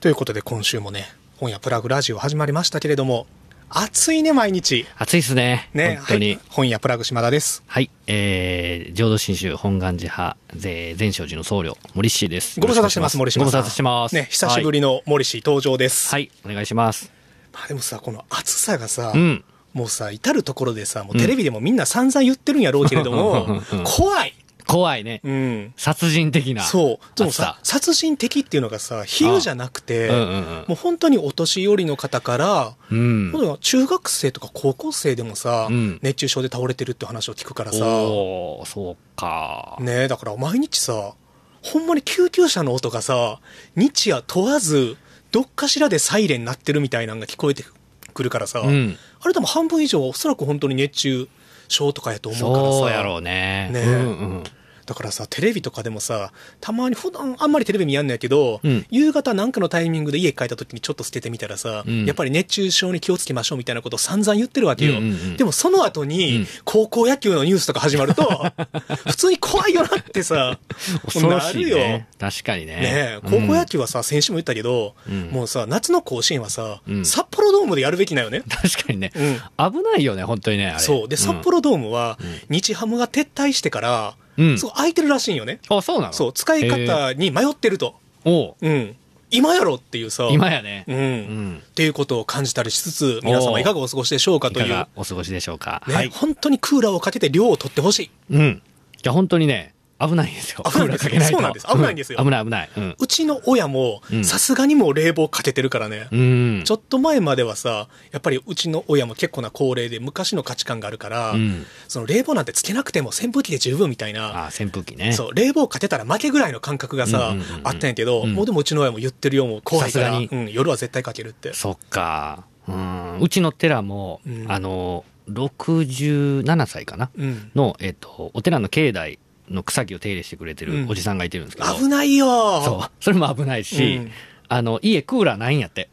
ということで今週もね本屋プラグラジオ始まりましたけれども暑いね毎日暑いですね。ね本当に。はい本屋プラグ島田ですはい、えー、浄土真宗本願寺派、ぜ全勝寺の僧侶、森氏です。ご無沙汰してます森島ご無さ沙ん汰してます。ね久しぶりの森氏登場です、はい。はい、お願いします。まあでもさこの暑さがさ、うんもうさ至る所でさもうテレビでもみんな散々言ってるんやろうけれどもうん怖い、怖いね。うん、殺人的な。そうでも暑ささ。殺人的っていうのがさ比喩じゃなくて、うんうんもう本当にお年寄りの方から、うん。本当に中学生とか高校生でもさ、うん熱中症で倒れてるって話を聞くからさ、おー、そうか。ねだから毎日さ、ほんまに救急車の音がさ、日夜問わず、どっかしらでサイレン鳴ってるみたいなのが聞こえてくるからさ、うんあれでも半分以上はおそらく本当に熱中症とかやと思うからさ、そうやろうね。ねうんうん。だからさ、テレビとかでもさ、たまに普段あんまりテレビ見やんないけど、うん夕方なんかのタイミングで家帰った時にちょっと捨ててみたらさ、うんやっぱり熱中症に気をつけましょうみたいなことを散々言ってるわけよ。うんうんうんでもその後うにん、高校野球のニュースとか始まる と、普通に怖いよなってさ、恐ろしいなるよね。。確かにね。ねえ、高校野球。球はさ、先週も言ったけど、うんもうさ、夏の甲子園はさ、うん札幌ドームでやるべきなよね。確かにね。うん危ないよね、本当にね。あれそう。で、札幌ドームは、日ハムが撤退してから、うんすごい空いてるらしいんよね。うんあ、そうなのそう、使いへー方に迷ってると。おううん。今やろっていうさ。今やね。うん。うんっていうことを感じたりしつつ、皆お様ーいかがお過ごしでしょうかいといかう。がお過ごしでしょうか。ね、はい。本当にクーラーをかけて量を取ってほしい。うん。じゃあ本当にね、危ないんですよ。危ないんですよクーラーかけないとそうなんです危ないんですよう危ない危ない。うん。うちの親もう、んさすがにもう冷房かけてるからね。うん。ちょっと前まではさ、やっぱりうちの親も結構な高齢で昔の価値観があるから、うんその冷房なんてつけなくても扇風機で十分みたいな、あ、扇風機ね。そう、冷房かけたら負けぐらいの感覚がさ、うんうんうんうんあったんやけど、うんもうでもうちの親も言ってるよ、もう怖いから、さすがうん、夜は絶対かけるって。そっか。うん。うちの寺もう、んあの、67歳かなうん。の、えっと、お寺の境内の草木を手入れしてくれてるおじさんがいてるんですけど。危ないよそう。それも危ないし、うんあの、家クーラーないん やって。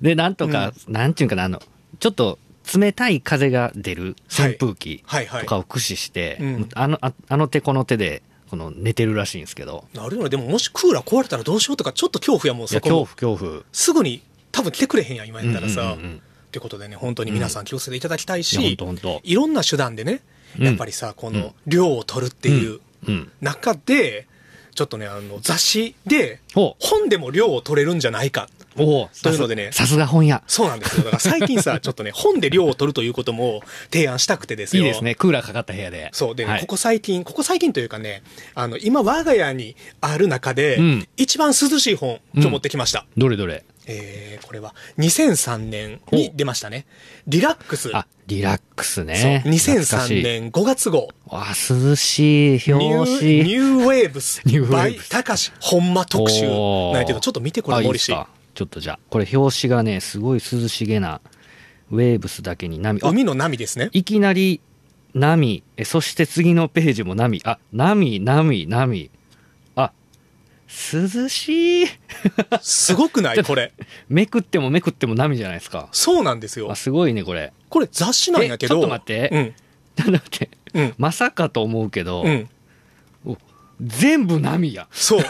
で、なんとか、なんちゅうんかな、あの、ちょっと冷たい風が出る扇風機はいはいとかを駆使して、うんあのあ、あの手この手で、この寝てるらしいんですけど、なるよね。でももしクーラー壊れたらどうしようとか、ちょっと恐怖やもん、いそこや、恐も怖、。恐怖。すぐに、多分来てくれへんやん、今やったらさ。うんうんうんうんってことでね、本当に皆さん気をつけていただきたいいや、ほんし、とほんと。いろんな手段でね、うんやっぱりさ、この、量を取るっていううん。中で、ちょっとね、あの、雑誌で、お本でも量を取れるんじゃないか。おというのでねさすさすが本屋。そうなんですよ。だから最近 さ、ちょっとね、本で量を取るということも提案したくてですいいよ。ですね。クーラーかかった部屋で。そう。で、はいここ最近、ここ最近というかね、あの、今我が家にある中で、うん一番涼しい本、今日持ってきました。どれどれ。えー、これは、2003年に出ましたね。リラックス。あ、リラックスそうね。懐かし2003い。年5月号。わあ、涼しい、ニュ表ー、紙ニ。ューウェーブス ニューウェーブス by 高橋本間特集。なんやけど、ちょっと見てこれ、あいいっ森す氏。かちょっとじゃあ、これ表紙がね、すごい涼しげな、ウェーブスだけに波、あ海の波ですね。いきなり波、えそして次のページも波、あ、波、波、波、あ、涼しい。すご くないこれ。めくってもめくっても波じゃないですか。そうなんですよあ、。すごいね、これ。 これ雑誌なんやけど。えちょっと待ってうん。だって、うん。まさかと思うけど、うん。お全部 波や。そう。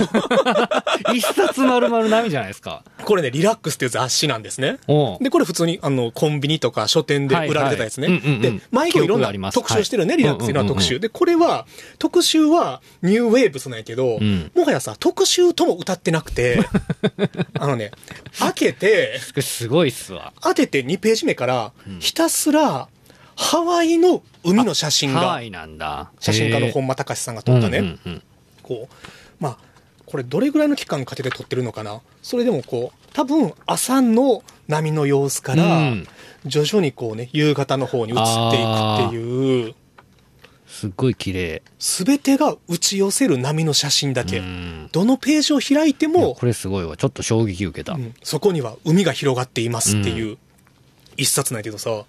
一冊丸々波じゃないですか。これね、リラックスっていう雑誌なんですね。おうで、これ普通に、あの、コンビニとか書店で売られてたやつね。はいはいうんうんうんで、毎回いろん記憶がありなます特集してるよね、はいリラックスいろんな特うんうんう集。で、これは、特集はニューウェーブスなんやけど、うんもはやさ、特集とも歌ってなく て、あのね、開けて、すごいっすわ。当てて2ページ目から、ひたすら、ハワイの海の写真ハがワ、イなんだ。写真家のへ本間隆さんがー撮ったね。うんうんうんこうまあこれどれぐらいの期間かけて撮ってるのかなそれでもこう多分朝の波の様子から、うん徐々にこうね夕方の方に移っていくっていうすっごい綺麗。全てが打ち寄せる波の写真だけ、うんどのページを開いていやもこれすごいわちょっと衝撃受けた、うんそこには海が広がっていますっていう一冊なんやけどさも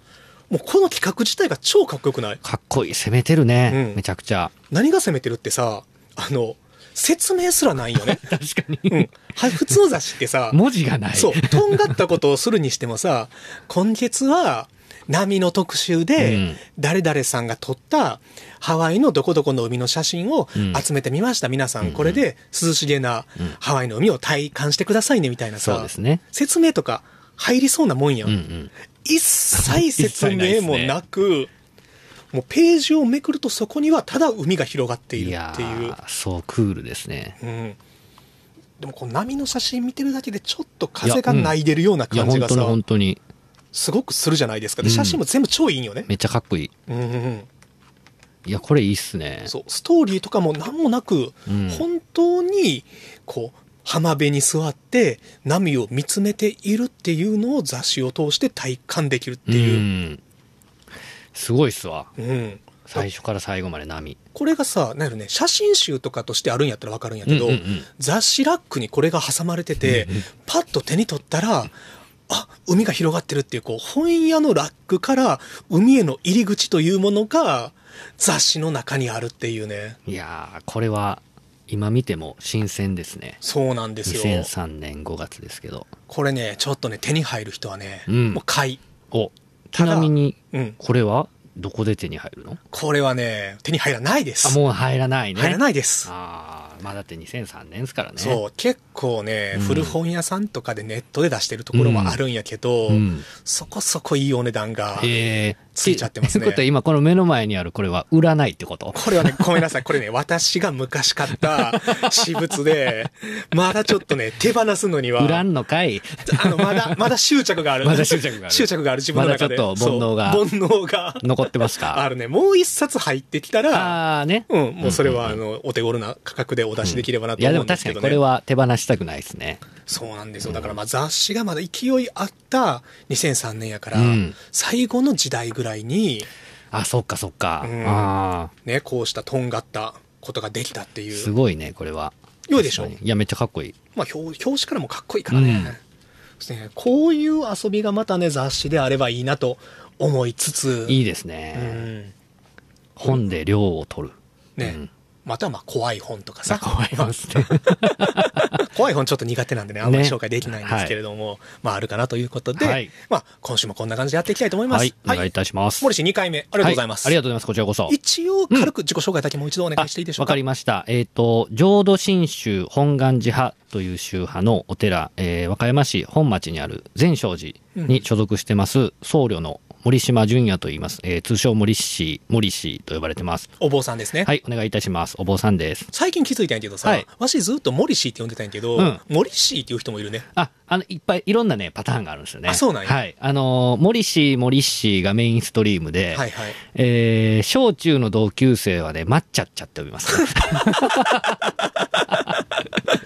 うこの企画自体が超かっこよくないかっこいい攻めてるね、うんめちゃくちゃ、何が攻めてるってさあの説明すらないよね 確かうん、は普通の雑誌ってさ文字がないそう、とんがったことをするにしてもさ、今月は、波の特集で、うん誰々さんが撮ったハワイのどこどこの海の写真をうん集めてみました。皆さん、これで涼しげなハワイの海を体感してくださいね、みたいなそうさで、すね。説明とか入りそうなもんや、うんうん。一切説 明もなく、もうページをめくるとそこにはただ海が広がっていいるやっていう。ー、そうクールですね。うん、でもこう波の写真見てるだけでちょっと風が泣いでるようないや、感じ本が当さに、本当に、すごくするじゃないですか。で、うん写真も全部超いいんよね。めっちゃかっこいい。うんうんうんいや、これいいっすね。そうストーリーとかも何もなく、うん本当にこう浜辺に座って波を見つめているっていうのを雑誌を通して体感できるっていう、ん。すごいっすわ。うん最初から最後まで波。これがさなんやろね写真集とかとしてあるんやったら分かるんやけど、うんうんうん雑誌ラックにこれが挟まれてて、パッと手に取ったらあ海が広がってるっていうこう本屋のラックから海への入り口というものが雑誌の中にあるっていうねいやー、これは、今見ても新鮮ですね。そうなんですよ2003年5月ですけど。これね、ちょっとね、手に入る人はね、うんもう買い。お、ちただなみに、うん。これは、どこで手に入るのこれはね、手に入らないです。あ、もう入らないね。。入らないいです。あー、まあだって2003年ですからね。そう、結構ね、うん古本屋さんとかでネットで出してるところもあるんやけど、うんそこそこいいお値段が。へえ。ついちゃってますねということは今この目の前にあるこれは売らないってことこれはね、ごめんなさい。これね、私が昔買 った私物で、まだちょっとね、手放すのには、売らんのかいあの、まだ、まだ執着がある。まだ執着がある執着がある自分の中で。まだちょっと煩悩がそう煩悩が。残ってますあかるね。もう一冊入ってきたら、ああね。うん、もうそれは、あの、お手頃な価格でお出しできればなといやで思うもんで確すけかにどこね。れは手放したくないですね。そうなんですよ。だから、まあ、雑誌がまだ勢いあった2003年やからうん、最後の時代ぐらいに、あ、そっかそっか。うんあね、こうしたとんがったことができたってあ、いすう。ごいね、これは。良いでしょ確かにいや、めっちゃかっこいい。まあ、表表紙からもかっこいいからねうん。ですねこういう遊びがまたね、雑誌であればいいなと思いつつ、いいですうね。ん本で量を取る。うねん、またはまあ、怖い本とかさ、怖いますね。怖い本ちょっと苦手なんでね、あんまりね紹介できないんですけれども、まああるかなということで、はいまあ今週もこんな感じでやっていきたいと思います。はい、お願いいたします。モリシー2回目、ありがとうございます。はありがとうございます。こちらこそ。一応、軽く自己紹介だけもう一度お願いしていいでしょうわか。かりました。えっ、と、浄土真宗本願寺派という宗派のお寺、えー和歌山市本町にある善勝寺に所属してます、僧侶の森島淳也と言います。えー通称森氏、森氏と呼ばれてます。お坊さんですね。はい、お願いいたします。お坊さんです。最近気づいたんやけどさ、はいわしずっとモリシーって呼んでたんやけど、うんモリシーっていう人もいるね。あ、あの、いっぱい、いろんなね、パターンがあるんですよね。あそうなんやはい。あのー、森氏、森氏がメインストリームで、はいはい。えー小中の同級生はね、抹茶っちゃって呼びます、 ね。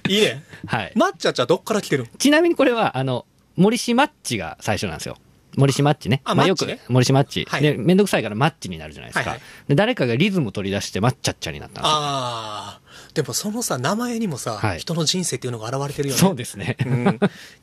いいね。はい。抹茶ちゃんどっから来てるんちなみにこれは、あの、森氏マッチが最初なんですよ。森氏マッチね。あマまあッよチくね、森氏マッチ。はいで、めんどくさいからマッチになるじゃないですか。はいはいで、誰かがリズム取り出して、マッチャッチャになったんですよ。あー。でもそのさ、名前にもさ、はい人の人生っていうのが現れてるよね。そうですね。うん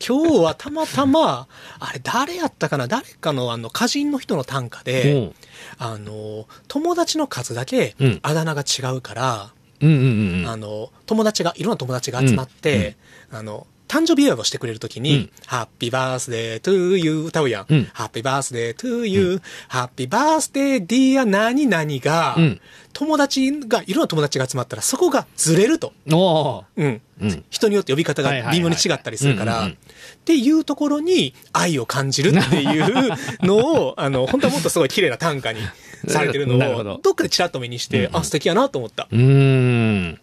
今日はたまたま、あれ誰やったかな誰かのあの、歌人の人の短歌で、うんあの、友達の数だけうんあだ名が違うから、うんうんうん。あの、友達が、いろんな友達が集まって、あの、誕生日祝いをしてくれるときに、うんハッピーバースデートゥーユー歌うやん。うんハッピーバースデートゥーユー、ハッピーバースデーディア何々が、うん友達が、いろんな友達が集まったら、そこがずれると。おーうん。うん。人によって呼び方はいはいがはい微妙に違ったりするかうんら、うんうんっていうところに愛を感じるっていう のを、あの、本当はもっとすごい綺麗な短歌にされてるの なるほどを、どっかでチラッと目にして、うんうんあ、素敵やなと思った。うーん。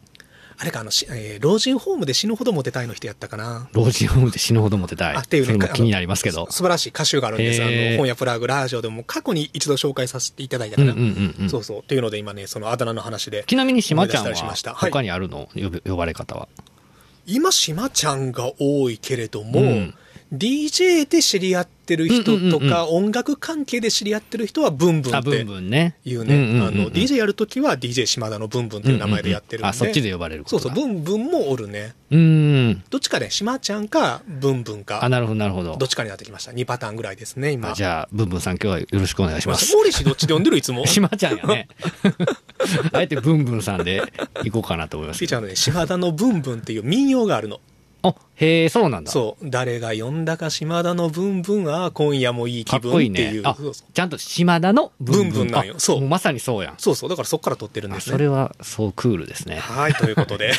あれか、あの、しえー老人ホームで死ぬほどモテたいの人やったかな。老人ホームで死ぬほどモテたい。あっていうねそれもか気になりますけど。素晴らしい歌手があるんです。あへーの、本屋プラグラージオでも過去に一度紹介させていただいたかうんうら。んうんうん。そうそう。っていうので今ね、そのあだ名の話で。ちなみに、島ちゃん思いは出したりしましたはい他にあるの、呼び呼ばれ方は。今、島ちゃんが多いけれども、うん DJ で知り合ってる人とうんうんか、音楽関係で知り合ってる人は、ブンブンあ、っブンてブンね。いうね、あの、っ DJ やるときは DJ 島田のブンブンっていう名前でやってるんで、あ、そっちで呼ばれるこそとうそう、ブだンブンもおるね。うーん。どっちかね、島ちゃんか、ブンブンあ、か、なるほど、なるほどどっ。ちかになってきました。2パターンぐらいですね、今。あじゃあ、ブンブンさん今日はよろしくお願いします。モリシどっちで呼んでるいつも。島ちゃん やね。あえてブンブンさんで行こうかなと思いますつい。ちゃんのね、島田のブンブンっていう民謡があるの。あ、へえ、そうなんだ。そう。誰が呼んだか島田のブンブン、ああ、今夜もいいか気っこいい分ってねい。う。あそうそう、ちゃんと島田のブ文ンブンなんよあそうもまさにそうやん。そうそうだからそこから撮ってるんあですそね。れは、そうクールですね。はい、ということ で。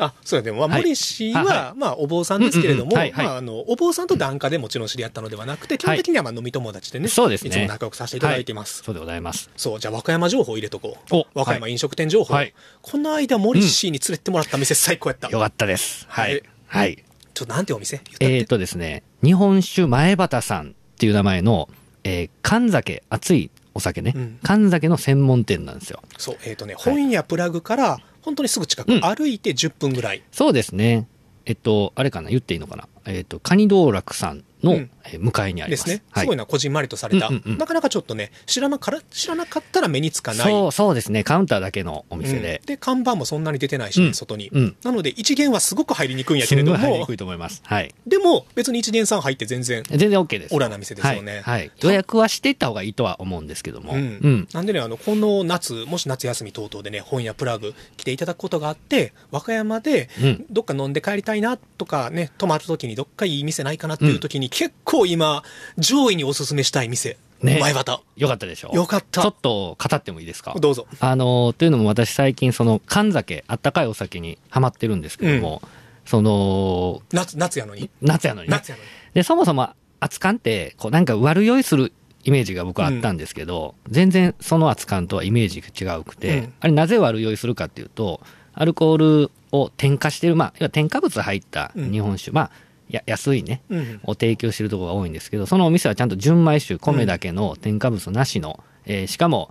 あ、そうやでも、まあ、はいモリシーあは、はまあ、お坊さんですけれどうんうんも、はいはいまあ、あの、お坊さんと檀家でもちろん知り合ったのではなくて、基本的には、まあ、飲み友達でね、そうですねいつも仲良くさせていただいてます。そうでございます。そう、じゃあ、和歌山情報入れとこうお。和歌山飲食店情報。はいこの間、モリシーに連れてってもらった店、最高やった。よかったです。ははいい。はい。ちょっとなんてお店言ったってえっ、とですね、日本酒前畑さんっていう名前の、えー缶酒、熱いお酒ね、うん缶酒の専門店なんですよ。そう、えっ、とね、はい本屋プラグから、本当にすぐ近く、うん歩いて10分ぐらい。そうですね。えっと、あれかな、言っていいのかな。えっ、と、カニ道楽さんの、うんえー向かいにありでます。すね。はすごいな、こじんまりとされた。うんうんうんなかなかちょっとね、知らなから知らなかったら目につかない。そう、そうですね。カウンターだけのおうん店で。で、看板もそんなに出てないしね、うん外に。うん。なので、一元はすごく入りにくいんやすけれんごどい入りにもく、いと思います。はい。でも、別に一元さん入って全然、全然 OK です。オラな店ですよね。はい。はい予約はしていった方がいいとは思うんですけども。うんなんでね、あの、この夏、もし夏休み等々でね、本屋プラグ来ていただくことがあって、和歌山でうん、どっか飲んで帰りたいなとかね、泊まった時にどっかいい店ないかなっていう時に、結構今、上位におすすめしたい店。ね前畑。よかったでしょよかっちょたっ。と語ってもいいですかどうぞ。あのーというのも私最近その缶酒あったかいお酒にハマってるんですけども、その夏、夏やのに。夏やのにね夏やのに。でそもそも熱燗ってこうなんか悪酔いするイメージが僕はあったんですけど、全然その熱燗とはイメージが違うくて、うんあれなぜ悪酔いするかっていうとアルコールを添加してるまあ要は添加物入った日本酒、まあや安いねうん。を提供してるところが多いんですけどそのお店はちゃんと純米酒米だけの添加物なしの、えーしかも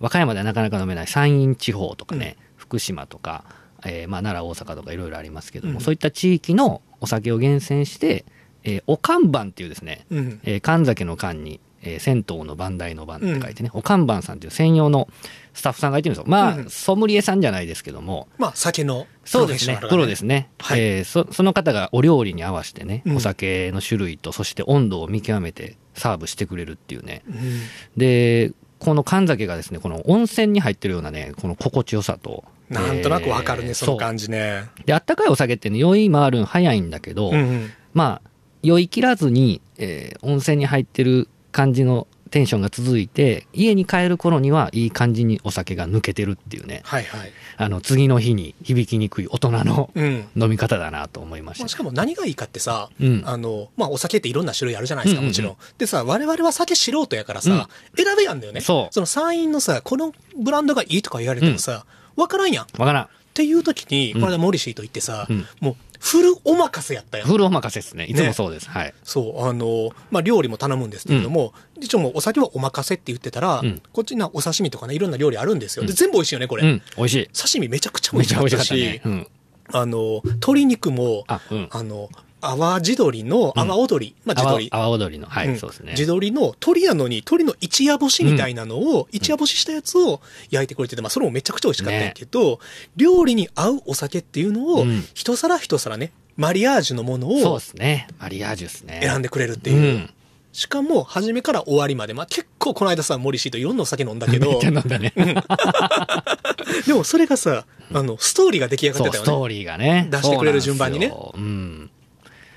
和歌山ではなかなか飲めない山陰地方とかね、福島とか、えーまあ、奈良大阪とかいろいろありますけども、うんそういった地域のお酒を厳選して、えーおかんばんっていうですね、うん。えー神崎の缶に、えー銭湯の番台の番って書いてね、おかんばんさんっていう専用のスタッフさんがいてるんですよまあ、うんソムリエさんじゃないですけども、まあ、酒の。そうですね。プロですすね。はいえーそその方がお料理に合わせてね、うんお酒の種類と、そして温度を見極めてサーブしてくれるっていうね。うんで、この神酒がですね、この温泉に入ってるようなね、この心地よさと。なんとなくわかるえね、ーその感じね。そうで、あったかいお酒ってね、酔い回るの早いんだけど、うんうん。まあ、酔い切らずに、えー温泉に入ってる感じのテンションが続いて、家に帰る頃にはいい感じにお酒が抜けてるっていうね、はいはい。あの、次の日に響きにくい大人のうん。飲み方だなと思いましまあ、たし。かも何がいいかってさ、うんあの、まあ、お酒っていろんな種類あるじゃないですか、うんうんうんもちろん。でさ、我々は酒素人やからさ、選べやんだよね。そうの山陰のさ、このブランドがいいとか言われてもさ、わ、からんやん。っわからん。ていう時に、うんこれでモリシーと言ってさ、うんもう、フルお任せやったやん。フルお任せですね。いつもそうです。はい。そう、あの、まあ、料理も頼むんですけれども、一応もうお酒はお任せって言ってたら、うんこっちな、お刺身とかね、いろんな料理あるんですよ。で、うん全部美味しいよね、これ。うん。美味しい。刺身めちゃくちゃ美め味ちしゃか 美っ味したかったし、ね。うん。あの、鶏肉も、あ、うん。あの、泡地鶏の、うん泡踊り、まあ地泡鶏。泡踊りの。はうい、んそうですね。地鶏の鳥やのに、鳥の一夜干しみたいなのを、一夜干ししたやつを焼いてくれてて、まあそれもめちゃくちゃ美味しかったんやけど、料理に合うお酒っていうのを、うん一皿一皿ね、マリアージュのものそうをですね。マリアージュですね。選んでっでくれるっていう。しかも、初めから終わりまで、まあ結構この間さ、モリシーといろんなお酒飲んだけめっどちゃ、飲ん だね。でもそれがさ、あの、ストーリーが出来上がっそてう、たよスね。トーリーがね。出してくれる順番にねそうなんですようん。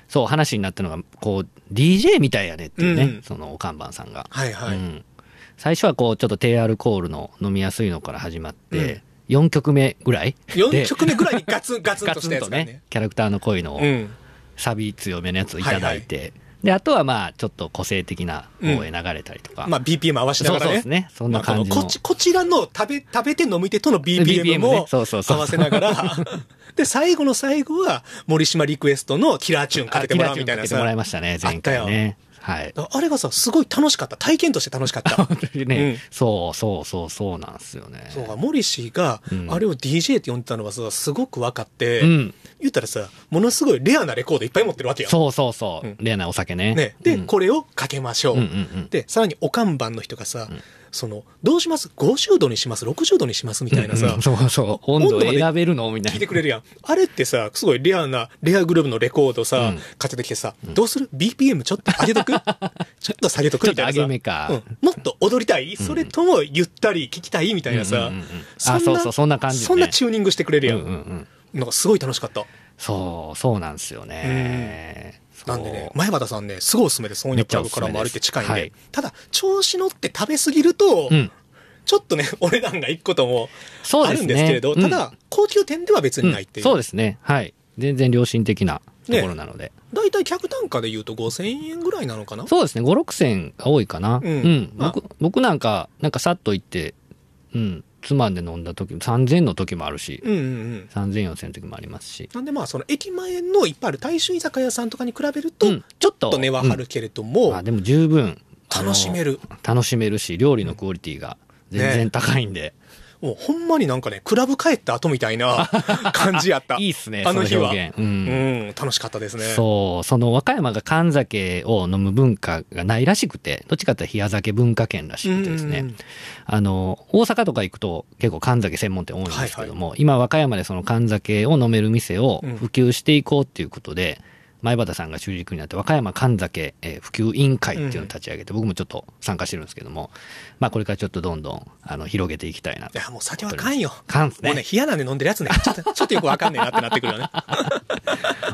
そう、話になったのが、こう、DJ みたいやねっていううんうねん。その、お看板さんが。はいはうい。ん最初はこう、ちょっと低アルコールの飲みやすいのから始まっうんて、4曲目ぐらい4曲目ぐらいにガツンガツンガとツしたやンつとがねね。、キャラクターの恋のうん。サビ強めのやつをいただいて、であとはまあちょっと個性的な方へ流れたりとか、まあ BPM 合わせなそうがらそうねです。ねそんまなあこ感のじこのっちこちらの食べ食べて飲み手との BPM ねもそうそうそ合うわせなが ら、で、最後の最後は、森島リクエストのキラーチューンかけてもらうみたいあキラーチュなーンかけてもらいさ。ましたね前回ねはいあれがさ、すごい楽しかった。体験として楽しかった。本当にね、うんそうそうそうそうなんですよねそうか、モリシーがうん、あれを DJ って呼んでたのはさ、すごく分かっうて、ん言ったらさ、ものすごいレアなレコードいっぱい持ってるわけよ。そうそうそう、うんレアなお酒ねね。で、うんこれをかけましょうんうんう。うんで、さらにお看板の人がさ、その、どうします ?50 度にします ?60 度にしますみたいなさうん、そうそう温度選べるのみた聞いいなてくれるやん。あれってさ、すごいレアな、レアグループのレコードうさん、買ってきてさ、どうする ?BPM ちょっと上げと くちょっと下げとくちみょっいたとなさ。上げ目か、うんもっと踊りたいそれともゆったり聞きたいみたいなさうんうんうんうん。そんなあそうそうそんな感じねそんなチューニングしてくれるやうんうん。んうんのがすごい楽しかった。そう、そうなんですよね。そなうんでね、前畑さんね、すごいおすすめです。翻めっ訳ちゃラおブすかすらめですも歩いて近いんで。はいただ、調子乗って食べ過ぎると、うん。ちょっとね、お値段が1個ともそうあでるすんね。ですけれど、うんただ、、高級店では別うにんないっていう。そうですね。はい。全然良心的なところなので。だいたい客単価で言うと5000円ぐらいなのかなそうですね。5、6千が多いかな。ううんん。まあ僕僕なんか、なんかさっと行って、うん。つまんで飲んだ時も、3000の時もあるし、うんうんうん。 3000、4000の時もありますし。なんでまあ、その駅前のいっぱいある大衆居酒屋さんとかに比べると、うんちょちょっとっと値は張るけれども、まあでも十分。あの楽しめる。楽しめるし、料理のクオリティが全然高いんで。もうほんまになんかね、クラブ帰った後みたい な感じやった。いいっすね、あの日はそ表現。う。うんん、楽しかったですね。そう、その和歌山が缶酒を飲む文化がないらしくて、どっちかっていうと冷や酒文化圏らしくてですね、うんうんうんあの、大阪とか行くと結構缶酒専門店多いんですけども、今和歌山でその缶酒を飲める店を普及していこうっていうことで、前畑さんが主軸になって和歌山缶酒、えー普及委員会っていうのを立ち上げて、僕もちょっと参加してるんですけども、まあこれからちょっとどんどんあの広げていきたいないと。や、もう酒はあかんよ。缶ですもうね、冷やなんで飲んでるやつね、ちょっと、ちょっとよくわかんねえなってなってくるよね。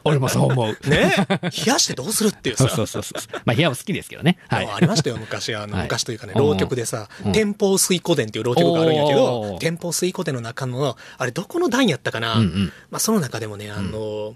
俺もそう 思う。ねえ冷やしてどうするっていうそさう。そうそうそう。まあ、部屋も好きですけどね。はいあ。ありましたよ、昔。あの、はい昔というかね、うん浪曲でさ、うん天保水湖殿っていう浪曲があるんやけおど、ー天保水湖殿の中の、あれどこの段やったかな、うんうんまあその中でもね、あの、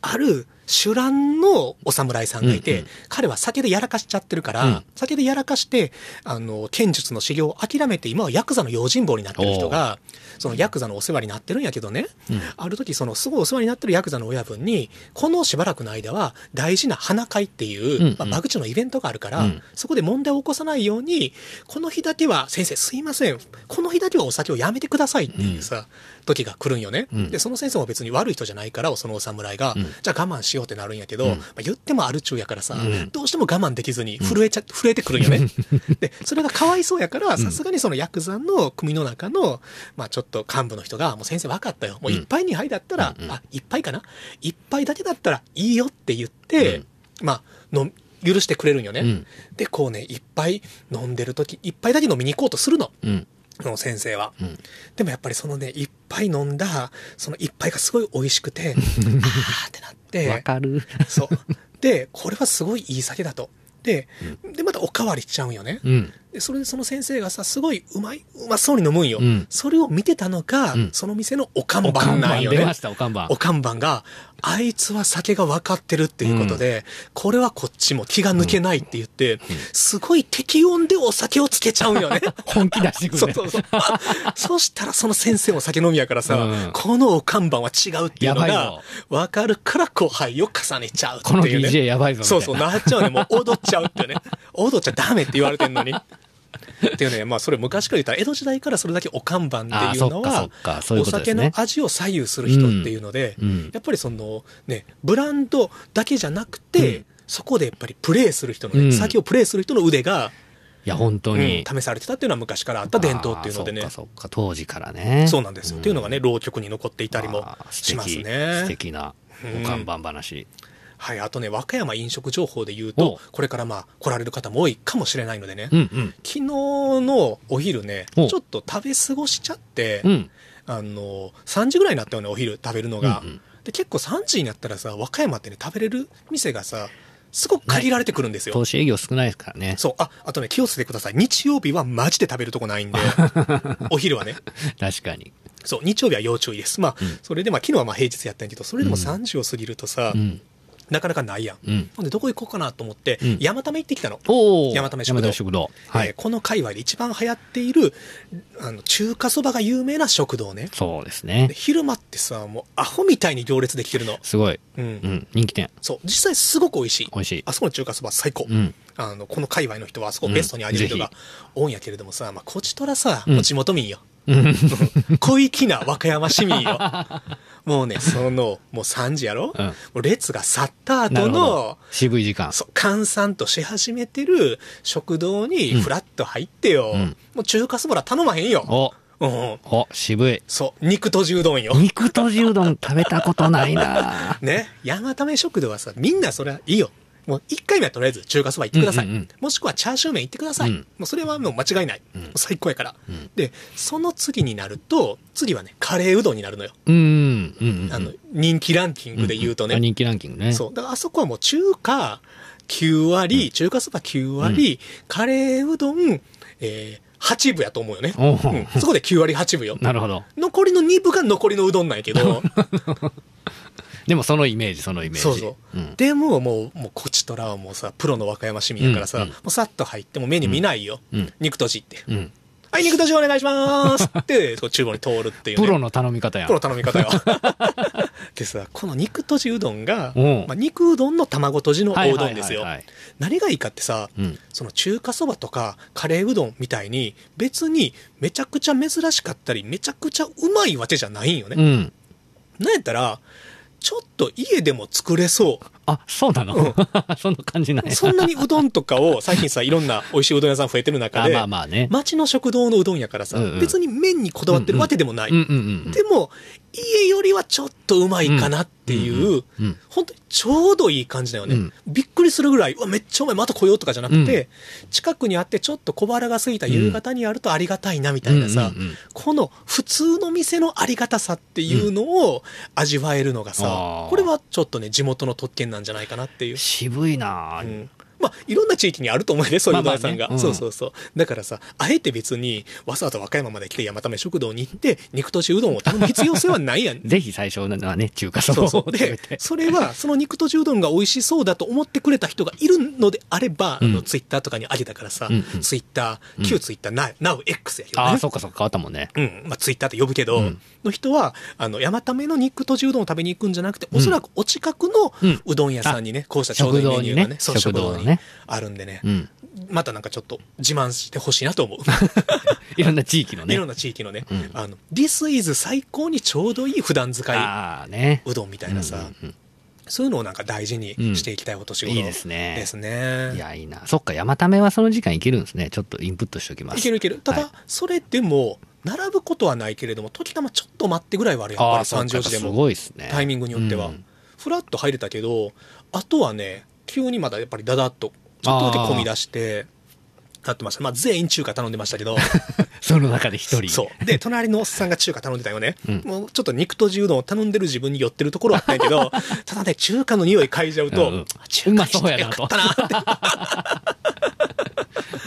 ある酒乱のお侍さんがいて、うんうん彼は酒でやらかしちゃってるから、うん酒でやらかして、あの、剣術の修行を諦めて、今はヤクザの用心棒になってる人が、そのヤクザのお世話になってるんやけどね、うんある時、そのすごいお世話になってるヤクザの親分に、このしばらくの間は大事な花会っていう、うんうんまあ、間口のイベントがあるから、うんそこで問題を起こさないように、この日だけは、先生すいません、この日だけはお酒をやめてくださいっていうさ、時が来るんよね。うんで、その先生も別に悪い人じゃないから、そのお侍が、うんじゃあ我慢しようってなるんやけど、うんまあ、言ってもある中やからさ、うんどうしても我慢できずに震えちゃ、震えてくるんよね。 で、それがかわいそうやから、さすがにそのヤクザの組の中の、まあちょっと幹部の人が、もう先生分かったよ。もううん一杯二杯だったら、うんうんあ、一杯かな一杯だけだったらいいよって言って、うんまあ、の、許してくれるんよね。うんで、こうね、一杯飲んでる時一杯だけ飲みに行こうとするの。うん。その先生は。うん。でもやっぱりそのね、一杯飲んだ、その一杯がすごい美味しくて、あーってなって。わかる。そう。で、これはすごいいい酒だと。で、で、またおかわりしちゃうんよね。うん。で、それでその先生がさ、すごいうまい、うまそうに飲むんよ。うんそれを見てたのが、うんその店のお看お板看な板んよ出まねし。た、お看板お。看板が、あいつは酒が分かってるっていうことで、これはこっちも気が抜けないって言って、すごい適温でお酒をつけちゃうんよね。 本気出してくる、そうね。そうそう。そしたらその先生も酒飲みやからさ、うんこのお看板は違うっていうのやばいがぞ、わかるから後輩を重ねちゃうってこのいうね。 DJ やばいぞみたいな。そうそう、なっちゃうね。もう踊っちゃうっていうね。 踊っちゃダメって言われてんのに。 っていうね、まあそれ昔から言ったら、江戸時代からそれだけお看板ってあいーうそのっかそはっ、か、そういうおことで酒すのね。味を左右する人っていうので、うん。やっぱりそのね、ブランドだけじゃなくて、うんそこでやっぱりプレイする人のね、うん酒をプレイする人の腕が、いや、本当に。うん試されてたっていうのは昔からあった伝統っていうのでねあー。そっかそっか、当時からね。そうなんですよ。っていうのがね、ん、浪曲に残っていたりもあー素敵します素ね。敵なお看板話。はい。あとね、和歌山飲食情報で言うとお、これからまあ、来られる方も多いかもしれないのでね。うん、うん、昨日のお昼ね、ちょおっと食べ過ごしちゃってう、ん。あの、3時ぐらいになったよね、お昼食べるのがうんうん。で、結構3時になったらさ、和歌山ってね、食べれる店がさ、すごく限られてくるんですよ投。資営業少ないですからね。そう。あ、あとね、気をつけてください。日曜日はマジで食べるとこない んで、お昼はね。確かに。そう、日曜日は要注意です。まあ、うんそれでまあ、昨日はまあ平日やったんやけど、それでもうん3時を過ぎるとさ、うん、なかなかないやん。うん。ほんで、どこ行こうかなと思って、うん山田目行ってきたの。おお山田食堂食堂。は。はいい、この界隈で一番流行っているあの中華そばが有名な食堂ねそうですねで。昼間ってさもうアホみたいに行列できてるの、すごい。うんうん、人気店。そう実際すごく美味しい美味しい。あそこの中華そば最高、うん。あのこの界隈の人はあそこをうんベストに挙げる人がぜ多いんやけれどもさ、まあ、こちとらさ、うんもう地元民ようん 小粋な和歌山市民 よもうねそのもう3時やろ、うんもう列が去ったな後るほのど。渋い時間。そう、閑散とし始めてる食堂にフラッと入ってよ。うんもう中華そばら頼まへんよ。お、うんうん。お、渋い。そう、肉とじうどんよ。肉とじうどん食べたことないなね。山為食堂はさ、みんなそれはいいよ。もう1回目はとりあえず中華そば行ってください。うんうんうんもしくはチャーシュー麺行ってください。うんもうそれはもう間違いない。うんもう最高やから、うんで、その次になると、次はね、カレーうどんになるのよ。うんうんうんうんあの、人気ランキングで言うとね。ん人気ランキングねそう。だからあそこはもう中華9割、中華そば9割、カレーうどん、えー、8部やと思うよね。おううんそこで9割8分よ。なるほど残りの2部が残りのうどんなんやけど、でもそのイメージそのイメージそうそうう。んでも、もう、もう、こちとらはもうさ、プロの和歌山市民やからさ、うんもうさっと入って、もう目に見ないよ。うん肉とじって。うんはい、肉とじお願いします って、こう厨房に通るっていう、ね。プロの頼み方やプロ頼み方よ。 でさ、この肉とじうどんが、うんまあ、肉うどんの卵とじのはいおうはどいんはいはでいすよ。何がいいかってさ、うんその中華そばとかカレーうどんみたいに別にめちゃくちゃ珍しかったりめちゃくちゃうまいわけじゃないんよね。うんなんやったら、ちょっと家でも作れそあそうなう。の そんな感じないうそんなにうどんとかを、最近さ、いろんな美味しいうどん屋さん増えてる中あで、まあまあね町の食堂のうどんやからさ、うんうん別に麺にこだわってるわけでもない。うんうんうんうんでも、家よりはちょっとうまいかなっていう、うんうん本当にちょうどいい感じだよね。うんびっくりするぐらい、うわ、めっちゃうまい、また来ようとかじゃなくて、近くにあってちょっと小腹が空いた夕方にあるとありがたいなみたいなさ、うんうんうんこの普通の店のありがたさっていうのを味わえるのがさ、あーこれはちょっとね、地元の特権なんじゃないかなっていう。渋いなあうんまあ、いろんな地域にあると思うよね、そういううどん屋さんが。まあまあねそうんうそうそう。だからさ、あえて別に、わざわざ和歌山まで来て山め食堂に行って、肉としうどんを頼む必要性はないやん。ぜひ最初のはね中華 そばそをうそう。食 べでて、それは、その肉とじうどんが美味しそうだと思ってくれた人がいるのであれば、うんあの、ツイッターとかにあげたからさ、うんうんツイッター、旧ツイッター、な、なう X やけどね。ああそっかそっか変わったもんねうん、まあ、ツイッターって呼ぶけど、うんの人は、あの、山ための肉とじうどんを食べに行くんじゃなくて、うんおそらくお近くのうんうどん屋さんにね、こうしたちょうどいいメニューがね、そう食食堂堂のね食堂のにねあるんでね、うんまたなんかちょっと自慢してほしいなと思う。いろんな地域のいねろんな地域のね、うんあの、This is 最高にちょうどいい普段使いああねうどんみたいなさ、うんうんそういうのをなんか大事にしていきたいお年うん頃いいですねですねいやいいなそっか山ためはその時間いけるんですねちょっとインプットしておきますいけるいける。ただ、はそれでも、並ぶことはないけれども、時たまちょっと待ってぐらいはあるやっぱありあそう3か時4やっぱ時ですも。ごいですねタイミングによっては、うんふらっと入れたけどあとはね急にまだやっぱりダダっとちょっとだけ混み出してなってましたまあ全員中華頼んでましたけどその中で一人そうで隣のおっさんが中華頼んでたよね、うんもうちょっと肉とじうどんを頼んでる自分に寄ってるところはあったんやけ どただね中華の匂い嗅いじゃうと、うんうん中華にしてよかったなって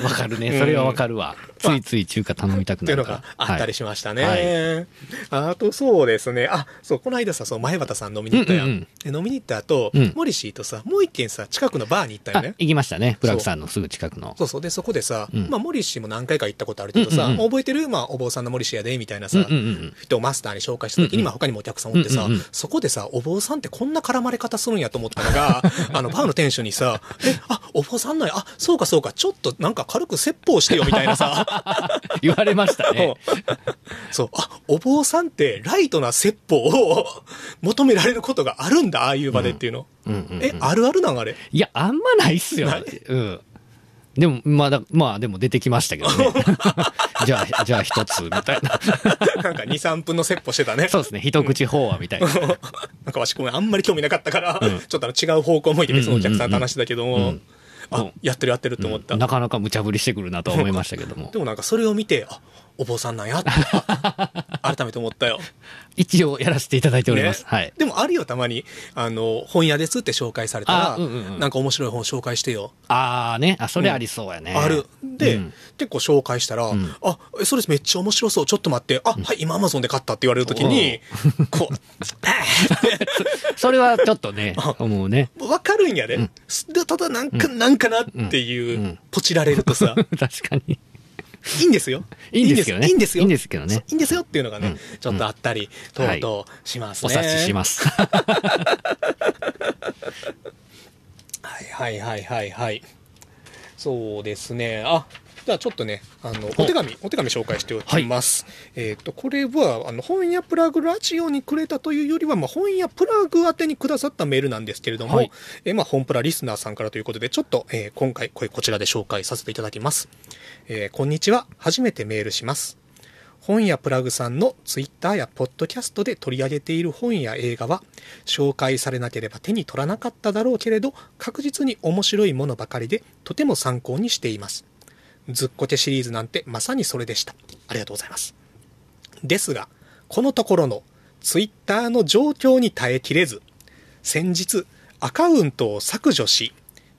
わかるうねんそれはわかるわついつい中華頼みたくっていなうのるからがあったりししましたね。はいあとそうですね。あ、そう、この間さ、その前畑さん飲みに行ったやん。うんうんで飲みに行った後、うんモリシーとさ、もう一軒さ、近くのバーに行ったよね。行きましたねブラックさんのすぐ近くのそうそう。で、そこでさ、うんまあ、モリシーも何回か行ったことあるけどさ、うんうんうん覚えてるまあ、お坊さんのモリシーやで、みたいなうさ、んうんうん人をマスターに紹介した時に、うんうんまあ、他にもお客さんおってさ、うんうんうんそこでさ、お坊さんってこんな絡まれ方するんやと思ったの が、あの、バーの店主にさ、え、あ、お坊さんなんや、あ、そうかそうか、ちょっとなんか軽く説法してよ、みたいなさ、言われまし た ねそう、あ、お坊さんってライトな説法を 求められることがあるんだ、ああいう場でっていうの。うんうんうんえ、あるあるなんあれ。 いやあんまないっすよないうんでもまあだまあでも出てきましたけどね じゃあじゃあ一つみたいななんか2、3分の説法してたね。そうですね一口法話みたいななんかわしごめん、あんまり興味なかったから、うんちょっとあの違う方向向いて別のお客さんと話してたけども、うんうんうんうあん、やってるやってるって思った。なかなか無茶ぶりしてくるなとは思いましたけどもでもなんかそれを見て、あ、お坊さんなん やって、あ改めて思ったよ。一応やらせていただいております、ねはいでもあるよ、たまに。あの、本屋ですって紹介されたら、あうんうんうんなんか面白い本紹介してよ。ああねあそれありそうやね、ある。で、うん結構紹介したら、んあ、えそれめっちゃ面白そう。ちょっと待って。あ、はい、今アマゾンで買ったって言われるときに、こ う、それはちょっ とね思うねわかるんやで、でただなんか、なんかなっていう、うんポチられるとさ、 確かにいいんですよ。いいんですけどねいいんですよ。いいんですけどねそういいんですよっていうのがね、うんちょっとあったり、とはいうとうしますおね。察しします。はいはいはいはいはい。そうですね。あ、じゃあちょっとね、あの、おお手紙、お手紙紹介しておきます。えっ、と、これは、あの、本屋プラグラジオにくれたというよりは、まあ、本屋プラグ宛てにくださったメールなんですけれども、はいえーまあ、本プラリスナーさんからということで、ちょっと、えー今回、これこちらで紹介させていただきます。えーこんにちは。初めてメールします。本屋プラグさんのツイッターやポッドキャストで取り上げている本や映画は紹介されなければ手に取らなかっただろうけれど確実に面白いものばかりでとても参考にしていますずっこけシリーズなんてまさにそれでしたありがとうございますですがこのところのツイッターの状況に耐えきれず先日アカウントを削除し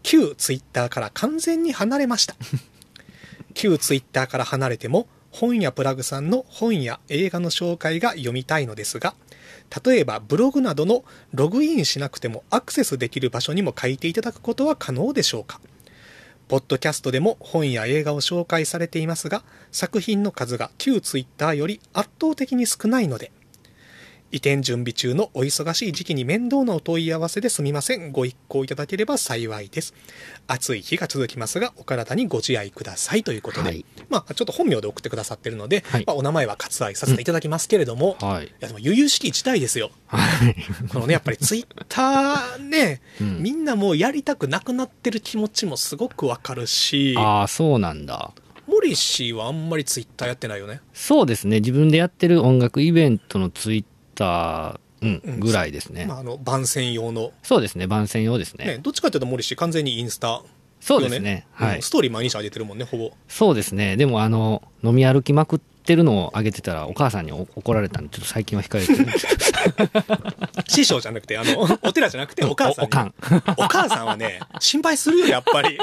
旧ツイッターから完全に離れました旧ツイッターから離れても本やプラグさんの本や映画の紹介が読みたいのですが例えばブログなどのログインしなくてもアクセスできる場所にも書いていただくことは可能でしょうかポッドキャストでも本や映画を紹介されていますが作品の数が旧ツイッターより圧倒的に少ないので移転準備中のお忙しい時期に面倒なお問い合わせですみませんご一行いただければ幸いです暑い日が続きますがお体にご自愛くださいということで、はいまあちょっと本名で送ってくださってるので、はいまあ、お名前は割愛させていただきますけれども、いはい。やでも悠々しき事態ですよはい。このねやっぱりツイッターね、うんみんなもうやりたくなくなってる気持ちもすごくわかるしああ、そうなんだ。モリシーはあんまりツイッターやってないよねそうですね。自分でやってる音楽イベントのツイッター、ううんん、ぐらいですね。まあ、あの番宣用の、そうですね。番宣用ですね。ね、どっちかっていうとモリシー完全にインスタそうですね。うんはいス。トーリー毎日上げてるもんね、ほぼ。そうですね。でも、あの、飲み歩きまくってるのを上げてたら、お母さんにお怒られたんで、ちょっと最近は控えてるんですけど師匠じゃなくて、あ の、お寺じゃなく て、お母さんおおかん。お母さんはね、心配するよ、やっぱり。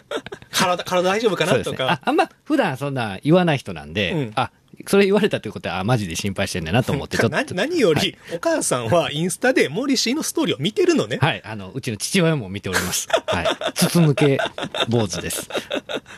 体、体大丈夫かそうなですとね。かあ。あんま、普段そんな言わない人なんで、うんあ、それ言われたということは、あ、マジで心配してんだなと思って、ちょっと。な何よはいり、お母さんはインスタでモーリーシーのストーリーを見てるのね。はい。あの、うちの父親も見ており ます。はい。筒抜け坊主です。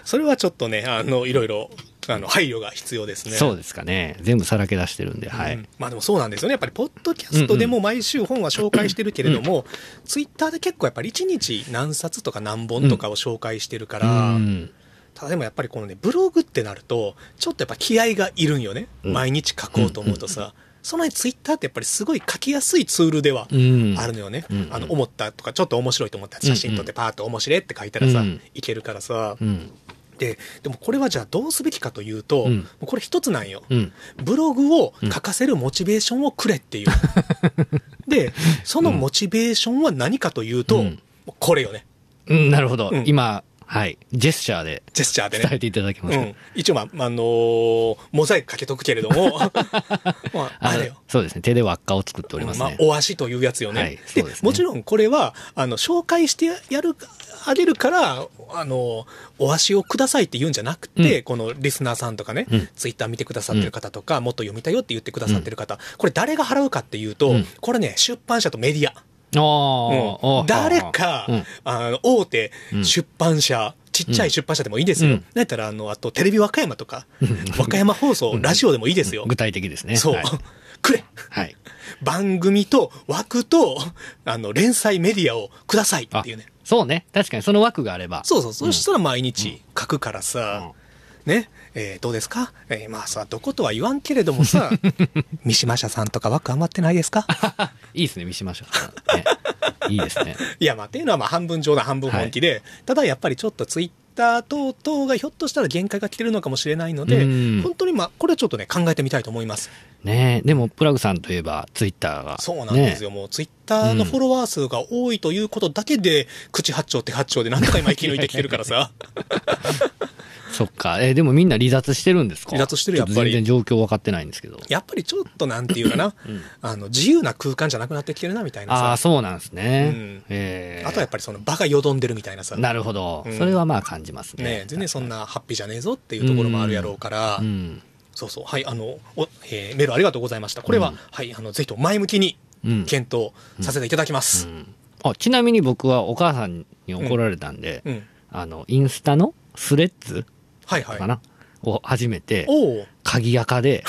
それはちょっとね、あの、いろいろ、あの、配慮が必要ですね。そううですかね。全部さらけ出してるんで、はい。んまあでもそうなんですよね。やっぱり、ポッドキャストでも毎週本は紹介してるけれども、ツイッターで結構やっぱり1日何冊とか何本とかを紹介してるかうら、ん。ただでもやっぱりこのねブログってなるとちょっとやっぱ気合がいるんよね、うん毎日書こうと思うとさ、その辺ツイッターってやっぱりすごい書きやすいツールではうん。あるのよね、うんあの思ったとかちょっと面白いと思った写真撮ってパーッと面白いって書いたらさ、うんいけるからさ、うん。ででもこれはじゃあどうすべきかというと、うんもうこれ一つなんよ、うん。ブログを書かせるモチベーションをくれって いう、でそのモチベーションは何かというと、うんもうこれよねうん、なるほど。うん今、はい。ジェスチャーでジェスチャーでね伝えていただけますうか、ん、一応、まあ、あのーモザイクかけとくけれど も、まあ、あれよ。そうですね。手で輪っかを作っておりますまあね、。お足というやつよね。はいでそうですねもちろんこれは、あの、紹介してやる、あげるから、あの、お足をくださいって言うんじゃなくて、このリスナーさんとかね、うんツイッター見てくださってる方とか、もっと読みたいよって言ってくださってる方、これ誰が払うかっていうと、うんこれね、出版社とメディア。ああ、うん誰か、うんあの大手うん出版社、ちっちゃい出版社でもいいですよ。うんなんやったら、あの、あとテレビ和歌山とか、和歌山放送、ラジオでもいいですよ。具体的ですね。そう。はい。 くれ はい番組と枠と、あの、連載メディアをくださいあっていうね。そうね。確かにその枠があれば。そうそう。そんしたら毎日書くからさ、ね、えーどうですかえーまあさ、どことは言わんけれども さ、三島社さんとか枠余ってないですかいいですね。見しましょう。ねいいですね。いや、まあ、っていうのはまあ半分冗談半分本気で、ただやっぱりちょっとツイッター等々がひょっとしたら限界が来てるのかもしれないので、うん本当にまあ、これはちょっとね、考えてみたいと思います。ねえでも、プラグさんといえば、ツイッターが。そうなんですよ。よ、もうツイッターのフォロワー数が多いということだけで、口八丁手八丁でなんとか今生き抜いてきてるからさ、そっか。えーでもみんな離脱してるんですか離脱してるやっぱりちょと全然状況分かってないんですけど。やっぱりちょっとなんていうかな、あの自由な空間じゃなくなってきてるなみたいなあさ、あ、あそうなんですね。うんえーとはやっぱりその場がよどんでるみたいなさ、ねなるほど、うんそれはまあ感じますね。全然そんなハッピーじゃねえぞっていうところもあるやろうから、うん。そうそう、はい、あの、おえーメールありがとうございました。これは、うんはい、あのぜひとも前向きにうん。検討させていただきまうす。んあちなみに僕はお母さんに怒られたんで、うん、あの、インスタのスレッズはいはかい。な、を始めて、おお、鍵垢 で、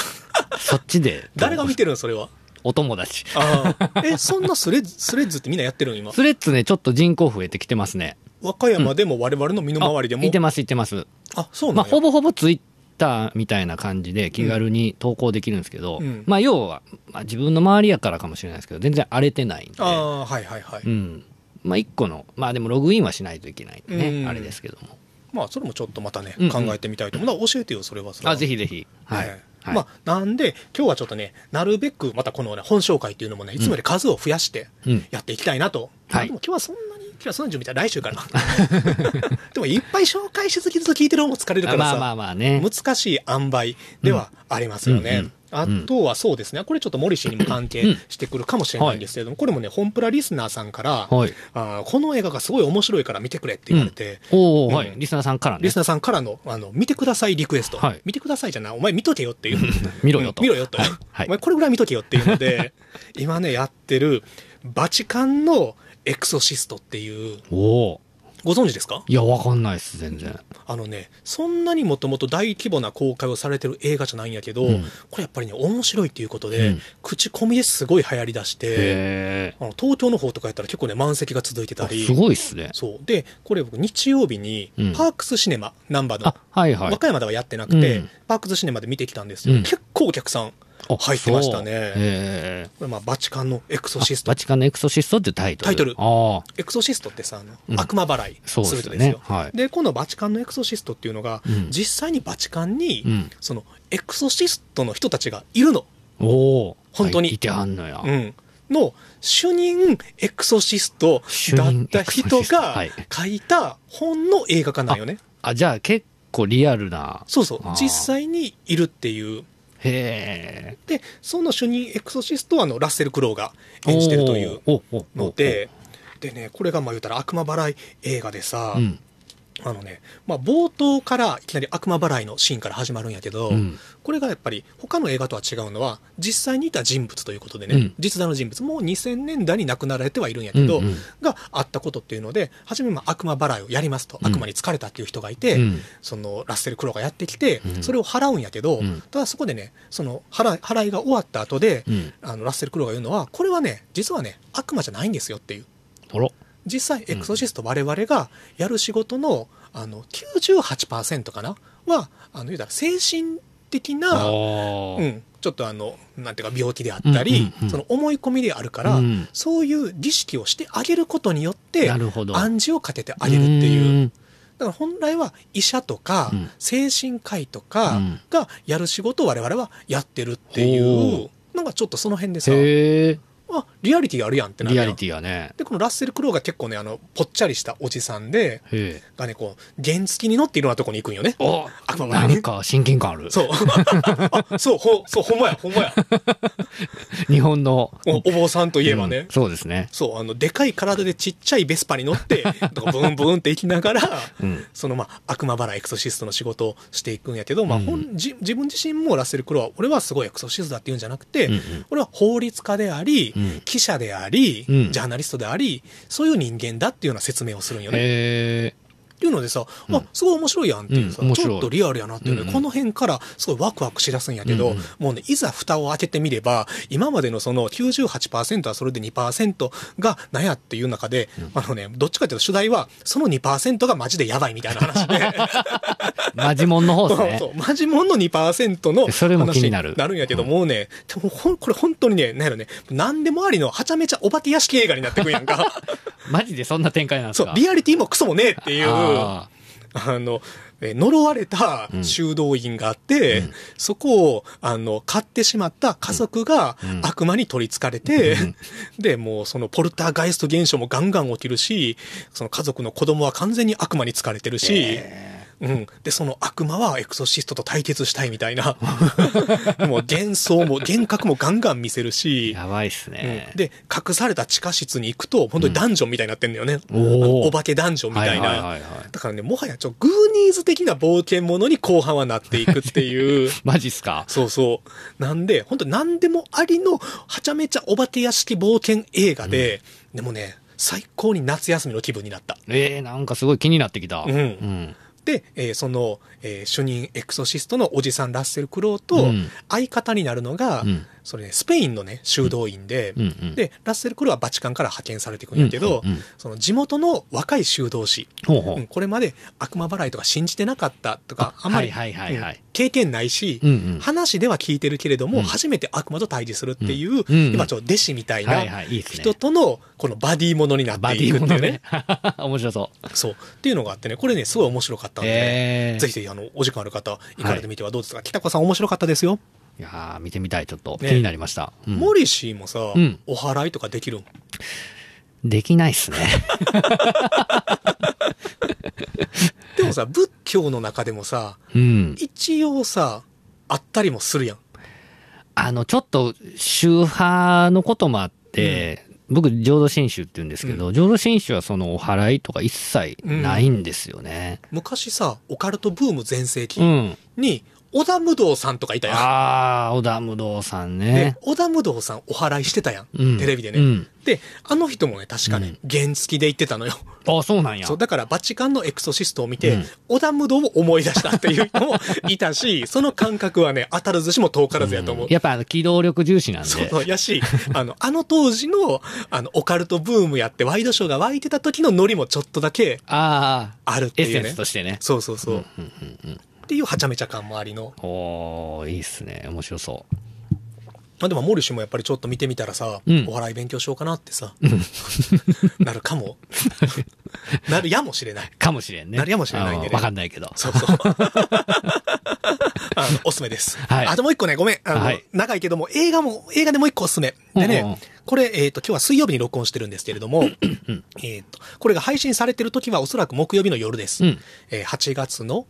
そっちで、誰が見てるのそれは。お友達。あーえ、そんなスレッズ、スレッズってみんなやってるの今。スレッズね、ちょっと人口増えてきてますね。和歌山でも我々の身のあ回りでも、いてます、いてます。あそうなまあ、んや、ほぼほぼツイッターみたいな感じで気軽に投稿できるんですけど、うんまあ、要は、まあ、自分の周りやからかもしれないですけど、全然荒れてないんで、ああーはいはいはい、うん。まあ、一個の、まあ、でもログインはしないといけないんでね、うんあれですけども。まあそれもちょっとまたね、うんうん考えてみたいと思うな教えてよそれはそれはあ、ぜひぜひ。はい。ねはいまあ、なんで、今日はちょっとね、なるべくまたこの、ね、本紹介っていうのもね、いつもより数を増やしてうんやっていきたいなと。はいでも今日はそんなに、今日はそんなに準備したら来週 からな。でもいっぱい紹介しすぎると聞いてる方も疲れるからさ。まあまあまあね。難しい塩梅ではありますよね。うんあとはそうですね、これちょっとモリシーにも関係してくるかもしれないんですけれども、これもね、本プラリスナーさんから、はい。あーこの映画がすごい面白いから見てくれって言われて、おお、うんはい。リスナーさんからね。リスナーさんからの、あの、見てくださいリクエスト。はい見てくださいじゃない、お前見とけよっていう。 見ろよと見ろよと。はいはいお前これぐらい見とけよっていうので、 今ね、やってる、バチカンのエクソシストっていう、おお。ご存知ですかいや、わかんないっす、全然。あのね、そんなにもともと大規模な公開をされてる映画じゃないんやけど、うんこれやっぱりね、面白いっていうことで、うん口コミですごい流行りだして、へあの東京の方とかやったら結構ね、満席が続いてたえ。りす、ごいっすね。そう。で、これ僕日曜日にうん、パークスシネマ、ナンバーのあ、、はいはい和。歌山ではやってなくて、うんパークスシネマで見てきたんですよ。うん結構お客さん、あ入ってましたねそうへえ。これまあ、バチカンのエクソあシストバ。チカンのエクソシストっていうタイトル。タイトルああ。エクソシストってさ、あのうん悪魔払いすそうるで人ですすよ。よでね。はい。このバチカンのエクソシストっていうのが、うん実際にバチカンに、うん。そのエクソシストの人たちがいるの、おお。本当にはいいてはんのや。うん、の主任エクソシスト主だっ任たエクソシスト人はがい書いた本の映画化なんよね。あ、じゃあ結構リアルな。そうそうあー、実際にいるっていう。へえ。で、その主任エクソシストはあのラッセル・クロウが演じてるというおー。おーの、で、でね、これがまあ言うたら悪魔払い映画でおさー、うん。あのね、まあ冒頭からいきなり悪魔払いのシーンから始まるんやけど、うんこれがやっぱり他の映画とは違うのは実際にいた人物ということでね、うん実在の人物もう2000年代に亡くなられてはいるんやけど、うんうんがあったことっていうので初めまあ悪魔払いをやりますと、うん悪魔に疲れたっていう人がいて、うんそのラッセル・クロウがやってきて、うんそれを払うんやけど、うんただそこでねその払い払いが終わった後で、うん。あのラッセル・クロウが言うのはこれはね実はね悪魔じゃないんですよっていうあら。実際エクソシスト我々がやる仕事のあの98%かなはあの言うたら精神的なあうーん、ちょっとあのなんていうか病気であったり、うんうんうんその思い込みであるから、うんそういう儀式をしてあげることによってな暗るほど。示をかけてあげるっていうう。だから本来は医者とか、うん精神科医とうかんがやる仕事を我々はやってるっていほう、なんかちょっとその辺でさへえ。あリアリティがあるやんってなるリやアんリティがね。でこのラッセル・クロウが結構ねあのぽっちゃりしたおじさんでへえ。がねこう原付きに乗っていろんなとこに行くんよねお悪魔な払いんにか親近感ある。そう あそうほそうほんまやほんまや日本の。おお坊さんといえばね、うんそうですね。そう、あの、でかい体でちっちゃいベスパに乗 って、とかブンブンって行きながら、うん。そのまあ、悪魔払いエクソシストの仕事をしていくんやけど、まあ、うん本じ自分自身もラッセル・クロウは、俺はすごいエクソシストだって言うんじゃなくて、うんうん俺は法律家であり、うん記者であり、うんジャーナリストであり、そういう人間だっていうような説明をするんよね。へえ。っていうのでさ、うんあ、すごい面白いやんっていうさ、うん面白ちいょっとリアルやなっていうね、うんうんこの辺からすごいワクワクしだすんやけど、うんうんもうね、いざ蓋を開けてみれば、今までのその98%はそれで2%がなんやっていう中で、あのね、どっちかっていうと主題は、その2%がマジでやばいみたいな話で、 マジモンの方ですね そ。うマジモンの2%のそれも気になる話なるんやけど、もうね、でもほんこれ本当にね、なんやろね、なんでもありのはちゃめちゃお化け屋敷映画になってくんやんか。マジで そんな展開なんですそかう、リアリティもクソもねえっていう。ああの、えー呪われた修道院があって、そこを、あの、買ってしまった家族がうんうん悪魔に取り憑かれて、 で、もうそのポルターガイスト現象もガンガン起きるし、その家族の子供は完全に悪魔に疲れてるーし、へうん。で、その悪魔はエクソシストと対決したいみたい な、もう幻想も幻覚もガンガン見せるえし、やばいっすねうん。で、隠された地下室に行くと、本当にダンジョンみたいになってんだよね。おーあのお化けダンジョンみたいな。はいはいはいはいだからね、もはやちょ、グーニーズ的な冒険者に後半はなっていくって いう。マジっすかそうそう。なんで、本当何でもありの、はちゃめちゃお化け屋敷冒険映画で、でもね、最高に夏休みの気分になった。えー、なんかすごい気になってきた。うんうん。で、えーその、えー主任エクソシストのおじさんラッセル・クロウうとん、相方になるのが、うんそれね、スペインのね、修道院で、うんうんで、ラッセル・クロウはバチカンから派遣されていくんやけど、うんうんうんその地元の若い修道士、ほうほうんう。これまで悪魔払いとか信じてなかったとか、ああんまり、はいはいはいはいうん経験ないし、うんうん話では聞いてるけれども、うん初めて悪魔と対峙するっていう、うんうん今ちょっと弟子みたいはいはないいいっすね人とのこのバディものになっバてデいィくもっていのうね。ね。 面白そそう。っていうのがあってね、これね、すごい面白かったう。んでね、えーぜひぜひ、あの、お時間ある方、行かれてみてはどうですか、北子さん面白かったですよ。いやー見てみたい、ちょっと気ねになりました。うんモリシーもさ、うんお祓いとかできるんできない っすね。でもさ、仏教の中でもさ、うん。一応さ、あったりもするやん。あの、ちょっと宗派のこともあって、僕、浄土真宗って言うんですけど、浄土真宗はそのお祓いとか一切ないんですよね。昔さ、オカルトブーム全盛期うん。に、織田無道さんとかいたやん。ああ、織田無道さんでね。、織田無道さんお祓いしてたやん。うんテレビでね、うんで、あの人もね、確かね、原付きで行ってたのよ。あそうなんや。そう、だからバチカンのエクソシストを見て、うん織田無道を思い出したっていうのもいた し、その感覚はね、当たるずしも遠からずやと思う。やっぱあの機動力重視なんで。そうそうやし、あの、あの当時の、あの、オカルトブームやって、ワイドショーが湧いてた時のノリもちょっとだけああ、あるってエッいセうンねス。としてね。そうそうそう。っうんうんうんていうはちゃめちゃ感もありの。おー、いいっすね。面白そまあでも、モルシュもやっぱりちょっと見てみたらさ、うんお笑い勉強しようかなってさ、 なるか も。なるやもしれない。う。かもしれんね。なるやもしれないんでねあのわかんないけど。そう そう。あの、おすすめです。はいあともう一個ね、ごめん。あの、はい長いけども、映画も、映画でもう一個おすすめ。でね、うんうんこれ、えっ、と、今日は水曜日に録音してるんですけれども、えっと、これが配信されてる時はおそらく木曜日の夜です。うんえー8月の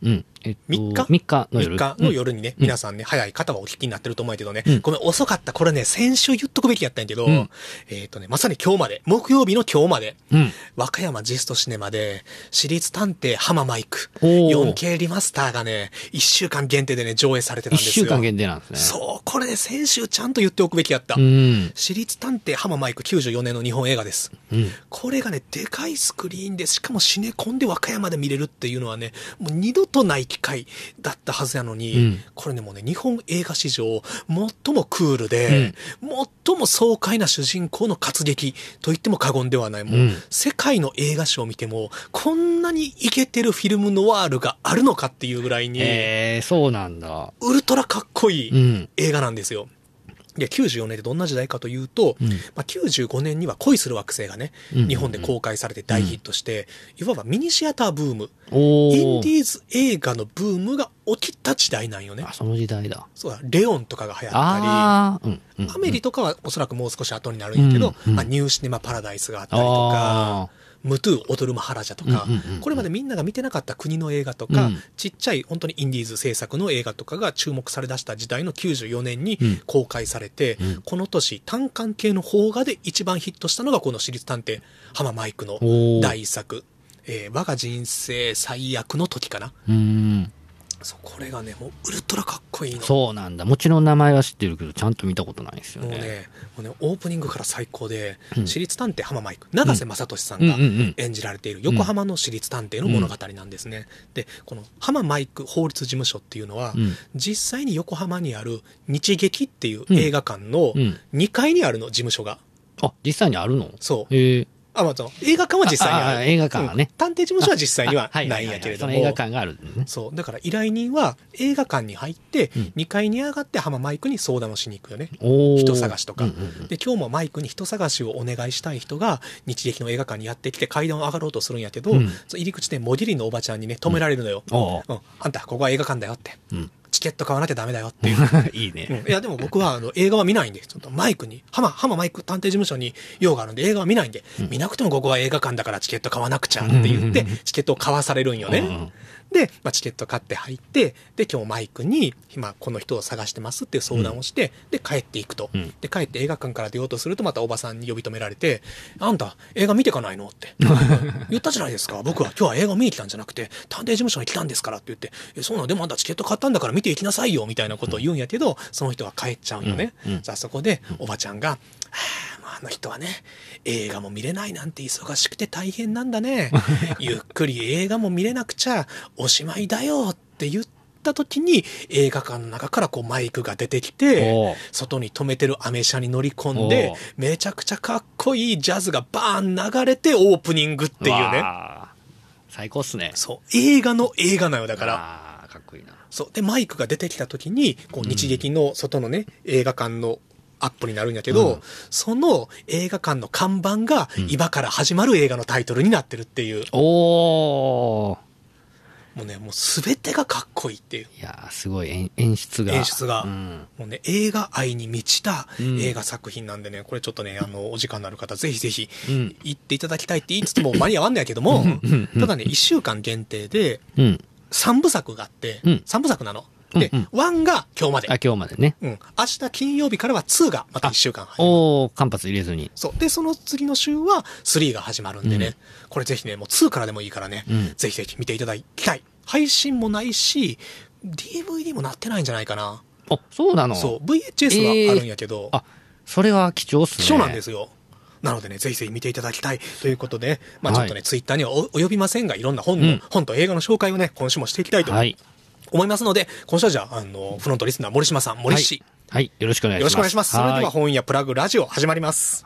うん。えっと、 3日3日の3夜。日の夜にね、皆さんね、早い方はお聞きになってると思うけどね、うんごめん、遅かった。これね、先週言っとくべきやったんやけど、うんえっ、とね、まさに今日まで、木曜日の今日まで、うん。うん。和歌山ジストシネマで、私立探偵浜マイク、おー 4K リマスターがね、1週間限定でね、上映されてたん1ですよ。週間限定なんですね。そう、これね、先週ちゃんと言っておくべきやった。うん。私立探偵浜マイク94年の日本映画です。うん。これがね、でかいスクリーンで、しかもシネコンで和歌山で見れるっていうのはね、もう二度とない機会だったはずやのに、うんこれね、もうね、日本映画史上、最もクールで、最も爽快な主人公の活劇と言っても過言ではない、もう、うん世界の映画史を見ても、こんなにイケてるフィルムノワールがあるのかっていうぐらいに、えー、そうなんだ。ウルトラかっこいい。うん。映画なんですよ。で、94年ってどんな時代かというと、うんまあ、95年には恋する惑星がね、うん日本で公開されて大ヒットして、いわばミニシアターブーム、おインデー。ィーズ映画のブームが起きた時代なんよねあ、。その時代だ。そうだ、レオンとかが流行ったり、ああ。うん。うんアメリとかはおそらくもう少し後になるんやけど、うんうんまあ、ニューシネマパラダイスがあったりとかあ、ムトゥー踊るマハラジャとか、うんうんうんこれまでみんなが見てなかった国の映画とか、うんちっちゃい本当にインディーズ制作の映画とかが注目されだした時代の94年にうん公開されて、うんこの年単館系の邦画で一番ヒットしたのがこの私立探偵浜マイクのおー第一作、えー我が人生最悪の時かな。ー。うん。そうこれがね、もうウルトラかっこいいの。そうなんだ。もちろん名前は知ってるけど、ちゃんと見たことないですよもうね。ね、もうね、オープニングから最高で、うん私立探偵浜マイク、長瀬正俊さんうんがうんうん。演じられている横浜の私立探偵の物語なんですね。で、この浜マイク法律事務所っていうのは、うん実際に横浜にある日劇っていう映画館のうん2階にあるの事務所が。あ、実際にあるのそう。ええ。あ、まあ、その映画館は実際にああある。映画館はねうん探偵事務所は実際にはあないんやけれども。その映画館があるんですね。そう。だから依頼人は映画館に入ってうん、 2階に上がって浜マイクに相談をしに行くよね。おー人探しとか、うんうんうんで今日もマイクに人探しをお願いしたい人が日劇の映画館にやってきて階段を上がろうとするんやけど、うんその入り口でモディリのおばちゃんにね止められるのよ、おーうんあんたここは映画館だよってうん。チケット買わなきゃダメだよっていう、いいね。うんいやでも僕はあの映画は見ないんでちょっとマイクに浜浜マイク探偵事務所に用があるんで映画は見ないんで、見なくてもここは映画館だからチケット買わなくちゃって言ってチケットを買わされるんよね、うんうんで、まあ、チケット買って入って、で、今日マイクに、今この人を探してますっていう相談をして、で、帰っていくと、うんで、帰って映画館から出ようとすると、またおばさんに呼び止められて、あんた、映画見てかないの って。言ったじゃないですか。僕は今日は映画を見に来たんじゃなくて、探偵事務所に来たんですからって言って、え、そうなのでもあんたチケット買ったんだから見ていきなさいよ、みたいなことを言うんやけど、その人が帰っちゃうんよね。うんうんじゃあそこで、おばちゃんが、は あもうあの人はね、映画も見れないなんて忙しくて大変なんだ ね。ゆっくり映画も見れなくちゃおしまいだよって言った時に映画館の中からこうマイクが出てきおてう、外に止めてるアメ車に乗り込んでおう、めちゃくちゃかっこいいジャズがバーン流れてオープニングっていうね。わー。最高っすね。そう。映画の映画なのだから。あーかっこいいな。そう。で、マイクが出てきた時に、こう、日劇の外のね、映画館のアップになるんやけど、うんその映画館の看板が、今から始まる映画のタイトルになってるっていう、おー。もうね、もう全てがかっこいいっていう。いやーすごい演演出が。演出がうんもうね、映画愛に満ちたうん映画作品なんでね、これちょっとね、あの、お時間のある方、ぜひぜひ、うん行っていただきたいって言いつつも間に合わんねやけども、ただね、1週間限定で、うん。 3部作があって、うん3部作なの。で、うん1が今日まで。あ、今日までね。うん。明日金曜日からは2がまた1週間入る。おー、間髪入れずに。そう。で、その次の週は3が始まるんでね、うんこれぜひね、もう2からでもいいからね、うんぜひぜひ見ていただきたい。配信もないし、DVD もなってないんじゃないかな。あ、そうなのそう。VHS があるんやけど、あ、それは貴重っすね。貴重なんですよ。なのでね、ぜひぜひ見ていただきたいということで、まあちょっとね、はいツイッターにはお及びませんが、いろんな本の、うん本と映画の紹介をね、今週もしていきたいとはい。思いますので、今週はじゃあ、あの、フロントリスナー森島さん、森氏、はい。よろしくお願いしよろます。しくお願いします。それではい本屋プラグラジオ始まります。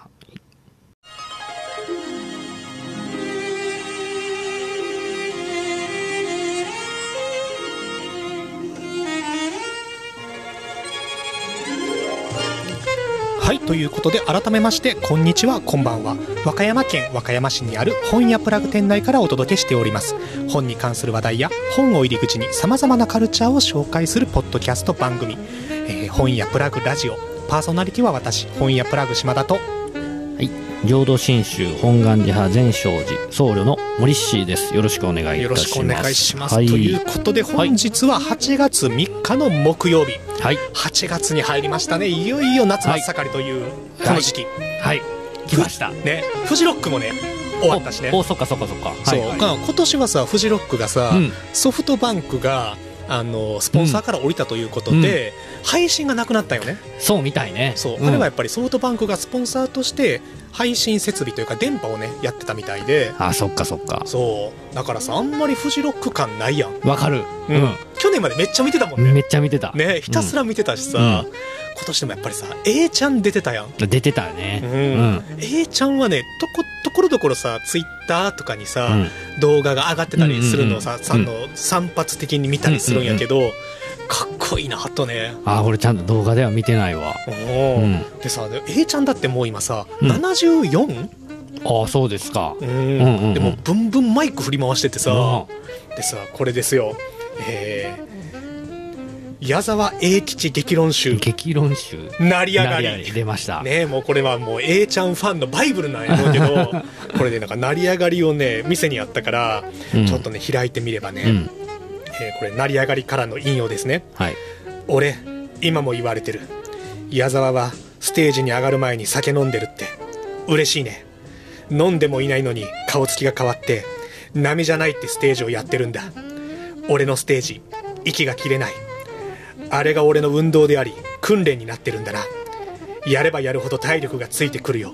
はい、ということで改めまして、こんにちは、こんばんは。和歌山県和歌山市にある本屋プラグ店内からお届けしております。本に関する話題や本を入り口に様々なカルチャーを紹介するポッドキャスト番組、えー本屋プラグラジオ。パーソナリティは私、本屋プラグ島田と、はい。浄土真宗本願寺派全勝寺僧侶の森氏です。よろしくお願いよいたします。ろしくお願いします。はい。ということで、本日は8月3日の木曜日、はい。 8月に入りましたね。いよいよ夏真っ盛りという、いこの時期。はい。来ました。ね、フジロックもね、終わったしね。お、おそっかそっかそっか。そう、はいはいまあ今年はさフジロックがさ、うんソフトバンクがあのスポンサーから降りたということで、配信がなくなったよねそうみたいね。そう、んあれはやっぱりソフトバンクがスポンサーとして配信設備というか電波をねやってたみたいであ、そっかそっか。そうだからさあんまりフジロック感ないやん、わかる。去年までめっちゃ見てたもんうねん。めっちゃ見てた。ねひたすら見てたしさ、うん今年でもやっぱりさ A ちゃん出てたやん出てたうね。ん、うん A ちゃんはねとこところどころさツイッターとかにさ、うん。動画が上がってたりするのをうさ、んさんの散発的に見たりするんやけど、かっこいいなとね。あ、俺ちゃんと動画では見てないわ。おうーん。でさ、で A ちゃんだってもう今さ、うん 74? あ、そうですか。う。うんうんうんんでも、ブンブンマイク振り回しててさ、うんでさ、これですよ。えー、矢沢永吉激論集、激論集。成り上がり。出ました。ねえもうこれはもう A ちゃんファンのバイブルなんやろうけ どこれでなんか成り上がりをね店にあったから、うんちょっとね開いてみればね、うん。えーこれ成り上がりからの引用ですねはい。俺今も言われてる矢沢はステージに上がる前に酒飲んでるって嬉しいね飲んでもいないのに顔つきが変わって波じゃないってステージをやってるんだ俺のステージ息が切れないあれが俺の運動であり訓練になってるんだなやればやるほど体力がついてくるよ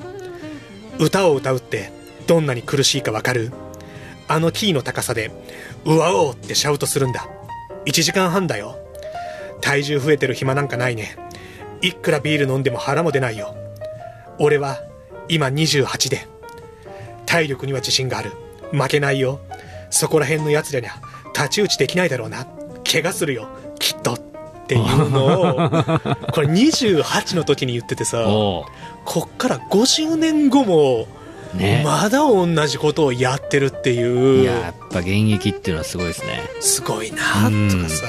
歌を歌うってどんなに苦しいかわかるあのキーの高さで「うわお!」ってシャウトするんだ1時間半だよ体重増えてる暇なんかないねいくらビール飲んでも腹も出ないよ俺は今28で体力には自信がある負けないよそこら辺のやつらには太刀打ちできないだろうな怪我するよきっとっていうのをこれ28の時に言っててさおこっから50年後もーね。まだ同じことをやってるっていういや、やっぱ現役っていうのはすごいですね。すごいなとかさ、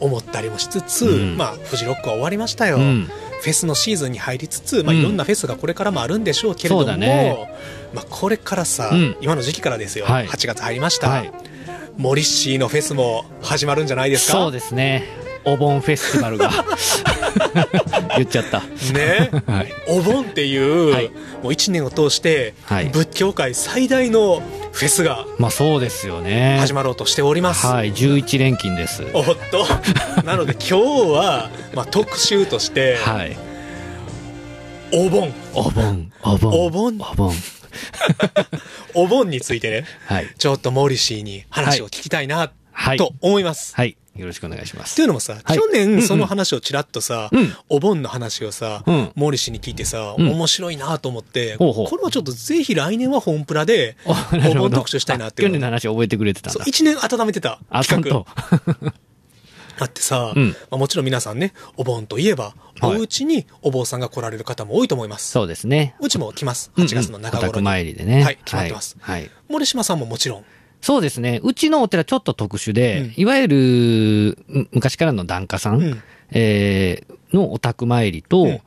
思ったりもしつつ、うんまあフジロックは終わりましたよ、うん。フェスのシーズンに入りつつ、まあ、うんいろんなフェスがこれからもあるんでしょうけれども、そうだねまあ、これからさ、うん今の時期からですよ、はい8月入りました、はい。モリッシーのフェスも始まるんじゃないですかそうですね。お盆フェスティバ ルが。言っちゃった。 ねはい。お盆っていう、はいもう1年を通して、はい仏教界最大のフェスがまあそうですよね。始まろうとしております、はい。11連勤です。おっとなので今日は、まあ、特集として、はい。お盆お盆。お盆。お盆お盆。お盆についてねはい。ちょっとモリシーに話を聞きたいなはい。と思います、はい。よろしくお願いしまっすて。いうのもさ、はい去うんうん年その話をちらっとさ、うんお盆の話をさ、うんモーリシに聞いてさ、うん面白いなと思って、ほうほうこれはちょっとぜひ来年は本プラで、 おなるおほ盆ど特集したいなっていあうの去年の話覚えてくれてたんそうだ。一年温めてたあ、ちゃん企画と。あってさ、うんまあ、もちろん皆さんね、お盆といえば、はいお家にお坊さんが来られる方も多いと思います。そうですね。うちも来ます。8月の中うんうん頃お宅に。参りでね。はい決まってますはい。はい森島さんももちろん。そうですね。うちのお寺ちょっと特殊で、うんいわゆるん昔からの檀家さん、うんえーのお宅参りと、うん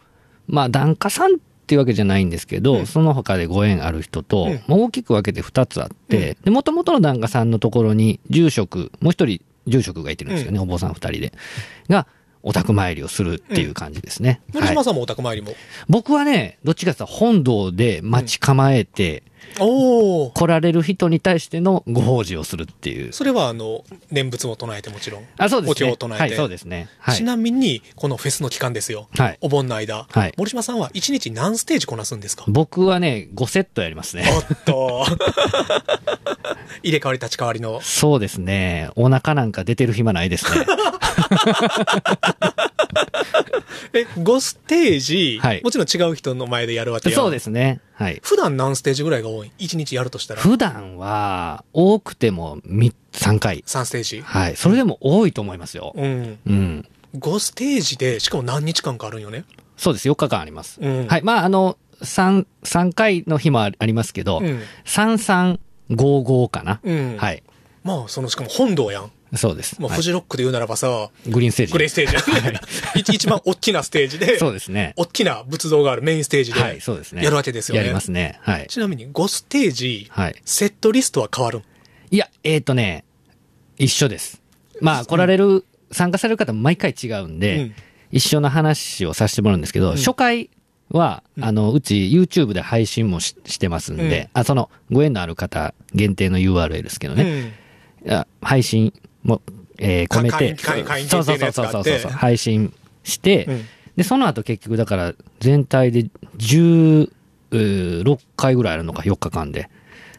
まあ檀家さんっていうわけじゃないんですけど、んその他でご縁ある人と、うんまあ大きく分けて2つあって、で元々の檀家さんのところに住職、もう一人住職がいてるんですよね、お坊さん2人で。が、お宅参りをするっていう感じですね。森はい島さんもお宅参りも。僕はね、どっちかっていうと本堂で待ち構えて、おお。来られる人に対してのご奉仕をするっていう。それは、あの、念仏も唱えてもちろん。あ、そうですおね。経を唱えて。はい、そうですね。はちい。なみに、このフェスの期間ですよ。はいお盆の間。はい森島さんは一日何ステージこなすんですか僕はね、5セットやりますね。おっ と。入れ替わり立ち替わりの。そうですね。お腹なんか出てる暇ないですね。え、5ステージ、はいもちろん違う人の前でやるわけやそうですね。はい。普段何ステージぐらいが多い一日やるとしたら。普段は、多くても3、3回。 3ステージ。はい。それでも多いと思いますよ。うん。うん。 5ステージで、しかも何日間かあるんよね。そうです。4日間あります。うん。はい。まあ、あの、3、3回の日もあありますけど、うん。 3355かな。うん。はい。まあ、その、しかも本堂やん。そうです。まあ、はいフジロックで言うならばさ、グリーンステージ。グレーステージやんね。 一一番大きなステージで、そうですね。大きな仏像があるメインステージで、はい、そうですね。やるわけですよねやりますね。はい。ちなみに5ステージ、はい。セットリストは変わるんいや、えっ、とね、一緒です。まあ、来られる、参加される方も毎回違うんで、うん一緒の話をさせてもらうんですけど、初回は、あの、うち YouTube で配信もししてますんで、あ、その、ご縁のある方限定の URL ですけどうね、ん。あ配信も、えー、か込めて、会員会員そうそ限う定のそうやつがそうそあうってそう、配信して、うんで、その後結局だから、全体で16回ぐらいあるのか、4日間で。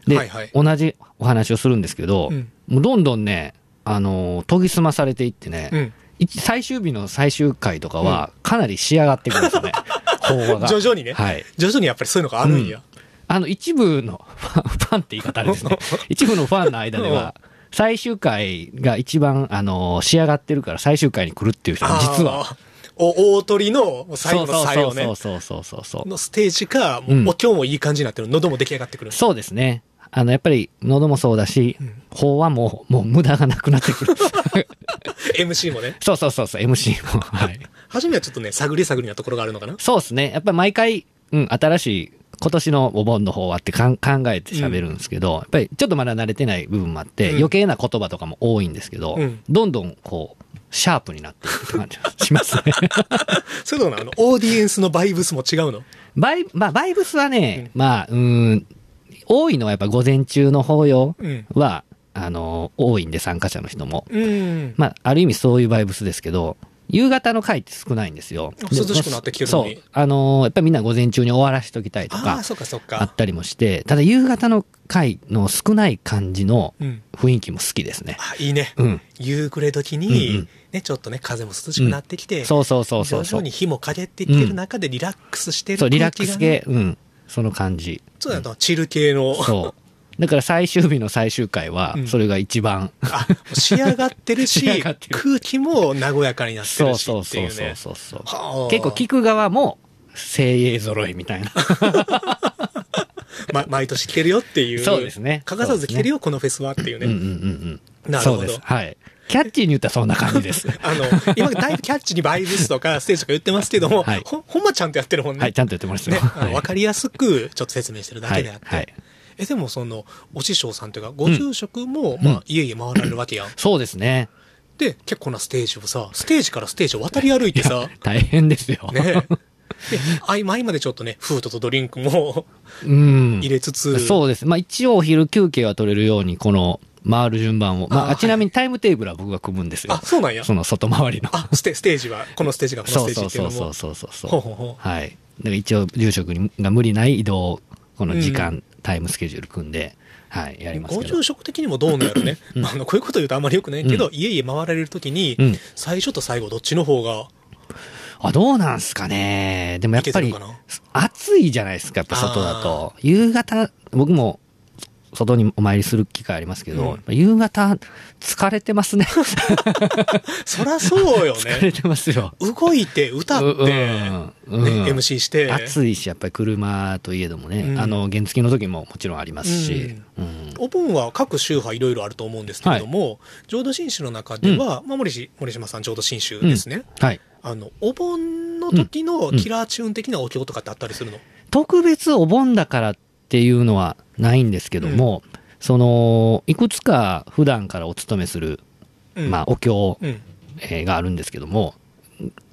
で、はいはい同じお話をするんですけど、うんもうどんどんね、あのー研ぎ澄まされていってね、うん一最終日の最終回とかは、かなり仕上がってくるんですよ ね、法話が。徐々にねはい。徐々にやっぱりそういうのがあるんや。あの、一部のファン、ファンって言い方あれで すね。一部のファンの間では、最終回が一番、あのー仕上がってるから最終回に来るっていう人もあー実は。。お大鳥の最後の最後そねう。そうそうそうそうそう。のステージか、うんもう今日もいい感じになってる。喉も出来上がってくる。そうですね。あの、やっぱり、喉もそうだし、法はもう、もう無駄がなくなってく る。 MC もね。そうそうそうそう、MC も。はい。初めはちょっとね、探り探りなところがあるのかな。そうですね。やっぱり毎回、うん、新しい、今年のお盆の方はってかん考えて喋るんですけど、やっぱりちょっとまだ慣れてない部分もあって、うん余計な言葉とかも多いんですけど、うんどんどんこう、シャープになっていくって感 じがしますね。そういうのかなあの、オーディエンスのバイブスも違うの。バイ、まあ、バイブスはね、まあ、うーん、多いのはやっぱ午前中の方ようんは、あの、多いんで参加者の人も。うん。まあ、ある意味そういうバイブスですけど、夕方の回って少ないんですよ。涼しくなってきてるのにそう。あのーやっぱりみんな午前中に終わらせておきたいとあかあ、、そっかそっあかっ。たりもして、ただ夕方の回の少ない感じのうん雰囲気も好きですね。あいいね。うん夕暮れ時に、うんうんね、ちょっとね、風も涼しくなってきて、そうそうそうそう。徐そ々うに、火も陰ってきてる中でリラックスしてるそう空気リがラね、ックス系、うん。その感じ。そうだと、チル系の、そう。だから最終日の最終回はう、んそれが一番、あ、仕上がってる 仕上し、がってる空気も和やかになってそるうしそうってそいううそうね。そうそう。はあ結構聞く側も、精鋭揃い みたいな。ま、毎年来てるよっていう。そうですね欠かさず来てるよ、このフェスはっていううんうんね。うんうん。なるほそうどです。はい。キャッチーに言ったらそんな感じです。あの、今、だいぶキャッチにバイブスとかステージとか言ってますけども、はいほほんまちゃんとやってるもんね。はい、ちゃんとやってましたねよ。、あのわかりやすくちょっと説明してるだけであって。はいはいえ、でもその、お師匠さんというか、ご住職も、まあ、家々回られるわけやん。そうですね。で、結構なステージをさ、ステージからステージを渡り歩いてさ、大変ですよ。ね。で、合間合間でちょっとね、フードとドリンクもうん入。れつつ、そうです。まあ一応お昼休憩は取れるように、この回る順番を。まああはいあちなみにタイムテーブルは僕が組むんですよあ、。そうなんや。その外回りの。あ、ステ、ステージは、このステージがこのそスうテージそうっていうそのうも。そうそうそうそう。ほうほうほうはい。だから一応住職にが無理ない移動、この時間、タイムスケジュール組んで、はい、やりますごけど住。職的にもどうのやろね。まああの、こういうこと言うとあんまり良くないけど、家々回られるときに、うん最初と最後どっちの方が、あ、どうなんすかね。でもやっぱいりけてるのかな、暑いじゃないですか、やっぱ外だと。夕方、僕も、外にお参りする機会ありますけうんど、やっぱ夕方、疲れてますね。そらそうよ 疲ねれ。てますよ。動いて、歌って、ね、うんうん MC して、暑いし、やっぱり車といえどもね、うんあの、原付の時ももちろんありますし、うんお盆は各宗派いろいろあると思うんですけれども、浄土真宗の中では、まあ、森し森島さん浄土真宗ですね、はい。あのお盆の時のキラーチューン的なお経とかってあったりするの、特別お盆だからっていうのはないんですけども、その、いくつか普段からお勤めする、うんまあ、お経、うんえーがあるんですけども、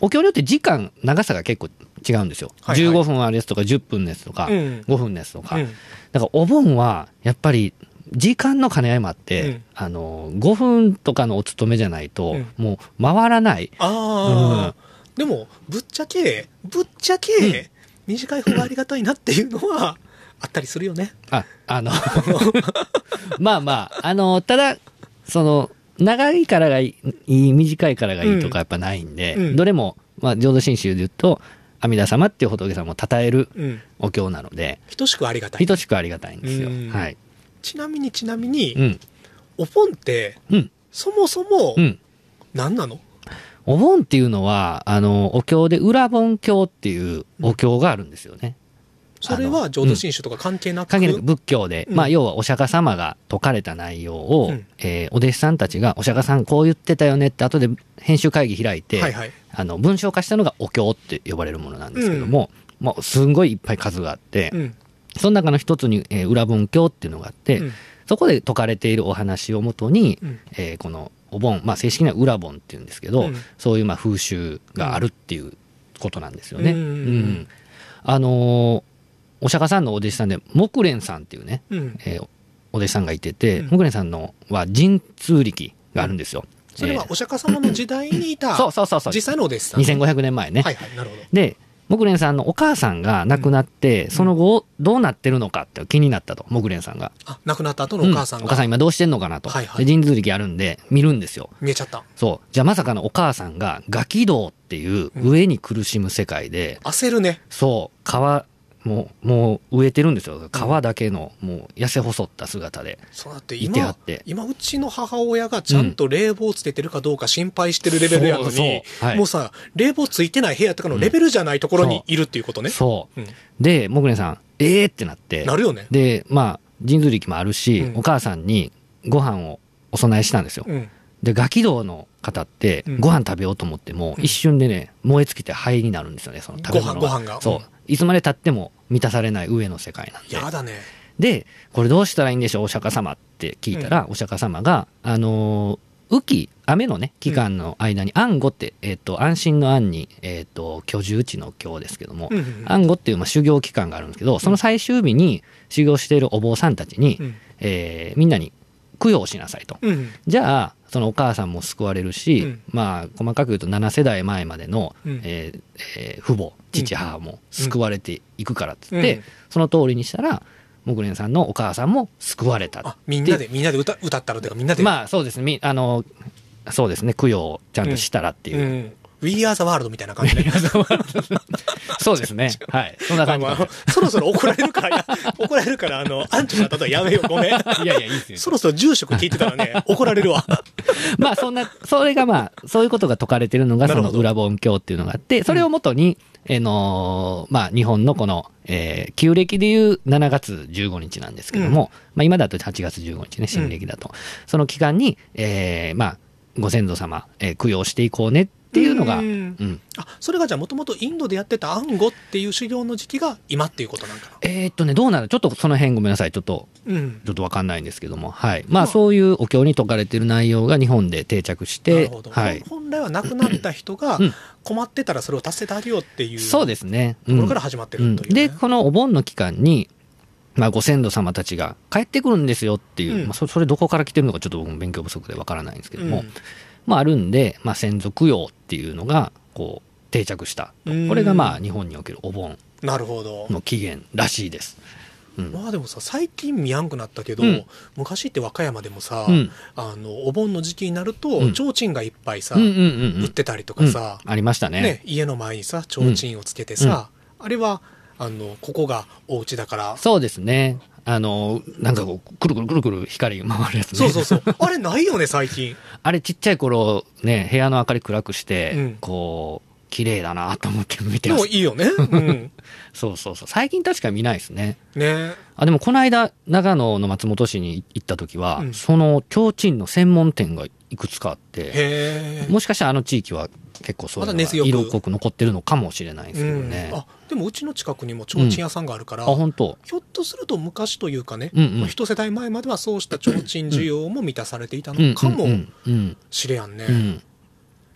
お経によって時間、長さが結構違うんですよ。はいはい15分あれですとか、10分ですとか、うん5分ですとか。うんだからお盆はやっぱり時間の兼ね合いもあって、うんあの5分とかのお勤めじゃないと、うんもう回らないああ、でもぶっちゃけぶっちゃけ、うん短い方がありがたいなっていうのはあったりするよねああの まあまああのただその長いからがいい短いからがいいとかやっぱないんで、うんうんどれも、まあ、浄土真宗で言うと阿弥陀様っていう仏様を称えるうんお経なので等しくありがたい等しくありがたいんですよ。うんはい、ちなみにちなみに、うんお盆ってうんそもそもうん何なの、お盆っていうのは、あの、お経で裏盆経っていうお経があるんですよね。それは浄土真宗とか関係なく、関係なく仏教で、うんまあ、要はお釈迦様が説かれた内容を、うんえーお弟子さんたちが、お釈迦さんこう言ってたよねって、後で編集会議開いて、はいはいあの、文章化したのがお経って呼ばれるものなんですけども、まあ、すんごいいっぱい数があって、うんその中の一つに、えー裏文経っていうのがあって、うんそこで説かれているお話をもとに、うんえーこのお盆、まあ、正式には裏盆っていうんですけうど、んそういうまあ風習があるっていうことなんですよね。うんんあのーお釈迦さんのお弟子さんで木蓮さんっていうね、うんえーお弟子さんがいてて、うん木蓮さんのは神通力があるんですよ。それはえーお釈迦様の時代にいた、そうそうそうそう実際のお弟子さん2500年前ね。はいはいなるほどで木蓮さんのお母さんが亡くなって、その後どうなってるのかって気になったと木蓮さんが。あ亡くなった後のお母さんうおが、母さん今どうしてんのかなと、はいはいで神通力あるんで見るんですよ見えちゃったそうじゃあまさかのお母さんがガキ道っていう飢えに苦しむ世界で、焦るねそう皮もうもう植えてるんですよ皮だけのもう痩せ細った姿でそうだっていては今って今うちの母親がちゃんと冷房つけてるかどうか心配してるレベルやのそうそに、うはいもうさ冷房ついてない部屋とかのレベルじゃないところにいるっていうことね、そううんで木蓮さんえーってなってなるよねでまあ神通力もあるし、うんお母さんにご飯をお供えしたんですよ、うんでガキ道の方ってうんご飯食べようと思っても、うん一瞬でね燃え尽きて灰になるんですよねその食べ物ご飯ご飯がそううんいつまでたっても満たされない上の世界なんでやだねでこれどうしたらいいんでしょうお釈迦様って聞いたら、お釈迦様があのー雨季雨のね期間の間に安護って、えっと安心の安に、えっと居住地の京ですけども、うんうん安護っていうまあ修行期間があるんですけどその最終日に修行しているお坊さんたちに、うんえーみんなに供養をしなさいと。うんじゃあそのお母さんも救われるし、うんまあ細かく言うと7世代前までの、うんえーえー父母父母も救われていくからっつって、うんその通りにしたら木蓮さんのお母さんも救われたあみんなでみんなで歌歌ったらというかみんなで、まあそうですねみあのそうですね供養をちゃんとしたらっていう、うん、We are the world みたいな感じで、そうで すねはいそんなあ感じのかあもしのそろそろ怒られるから 怒られるからあのアンチの方はやめようごめんれないいやいやいいですそよろそろ住職聞いてたら ね怒られるわまあそんなそれがまあそういうことが説かれてるのがなそるほのど裏本教っていうのがあってそれをもとに、えーのーまあ日本のこの、えー旧暦でいう7月15日なんですけども、まあ今だと8月15日ね新暦だと、その期間に、えーまあご先祖様、えー供養していこうねっていうのがうんうんあそれがじゃあもともとインドでやってたアンゴっていう修行の時期が今っていうことなんかなえーっとねどうなるちょっとその辺ごめんなさいちょっとうんちょっとわかんないんですけども、はい。ままああ、そういうお経に説かれてる内容が日本で定着しなてるほ、ど、はい。本本来は亡くなった人がうん困ってたらそれを助けてあげようっていうそうとですね。うこんろから始まってうんるという、ねで、このお盆の期間に、まあ、ご先祖様たちが帰ってくるんですよっていう、うんまあ、そそれどこから来てるのかちょっと僕も勉強不足でわからないんですけども、うんまあ、あるんで、まあ、先祖供養っていうのが、こう、定着したと。うんこれがまあ、日本におけるお盆なるほど、の起源らしいです。うん。まあでもさ最近見やんくなったけど、うん昔って和歌山でもさ、うんあのお盆の時期になるうとん提灯がいっぱいさ、うんうんうんうん売ってたりとかさ、うんありましたね。ね、家の前にさ提灯をつけてさ、あれはあのここがお家だからそうですね。あの、なんかこう、くるくるくるくる光が回るやつね。そうそう そうあれないよね最近あれちっちゃい頃ね、部屋の明かり暗くして、うんこう、綺麗だなと思って見てでまもす。いい よね。うん。そうそうそう。最近確か見ないですね。ねあ、でもこの間、長野の松本市に行った時は、うんその提灯の専門店がいくつかあって、へえ。もしかしたらあの地域は結構そういうのまだが根強く色濃く残ってるのかもしれないですけどね。うん、ああでもうちの近くにも提灯屋さんがあるから、本当。ひょっとすると昔というかね、うんうん一世代前まではそうした提灯需要も満たされていたうんのかもうんうんしれやんね、うんうん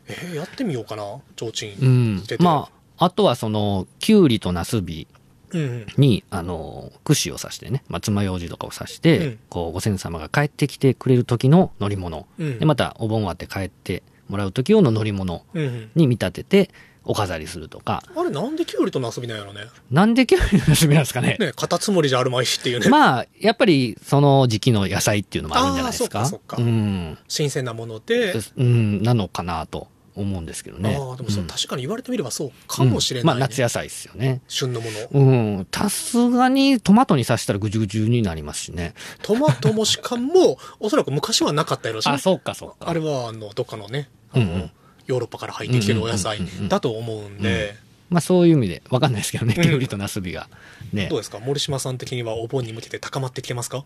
えーやってみようかな提灯う、んしててまああとはそのきゅうりとなすびうんうんにあの串を刺してね、まあ、爪楊枝とかを刺して、うんこうご先祖様が帰ってきてくれる時の乗り物、うんでまたお盆終わって帰ってもらう時用の乗り物うんうんに見立ててお飾りするとかあれなんでキュウリとの遊びなんやろねなんできゅうりのなすびなんですかねねカタツムリじゃあるまいしっていうね、まあやっぱりその時期の野菜っていうのもあるんじゃないですあかーそうかそうかん、新鮮なもので、うん、なのかなと思うんですけどねああでもそう、うん確かに言われてみればそうかもしれない、ねうんまあ夏野菜ですよね旬のものうん、さすがにトマトに刺したらぐじゅぐじゅになりますしね。トマトもしかも おそらく昔はなかったやろしねあ、そうかそうか。あれはあのどっかのね、うんうんあのヨーロッパから入ってきてるお野菜うんうんうんうんだと思うんで、まあそういう意味で、わかんないですけどね、うんきゅうりとナスビが。ねどう。ですか森島さん的にはお盆に向けて高まってきてます か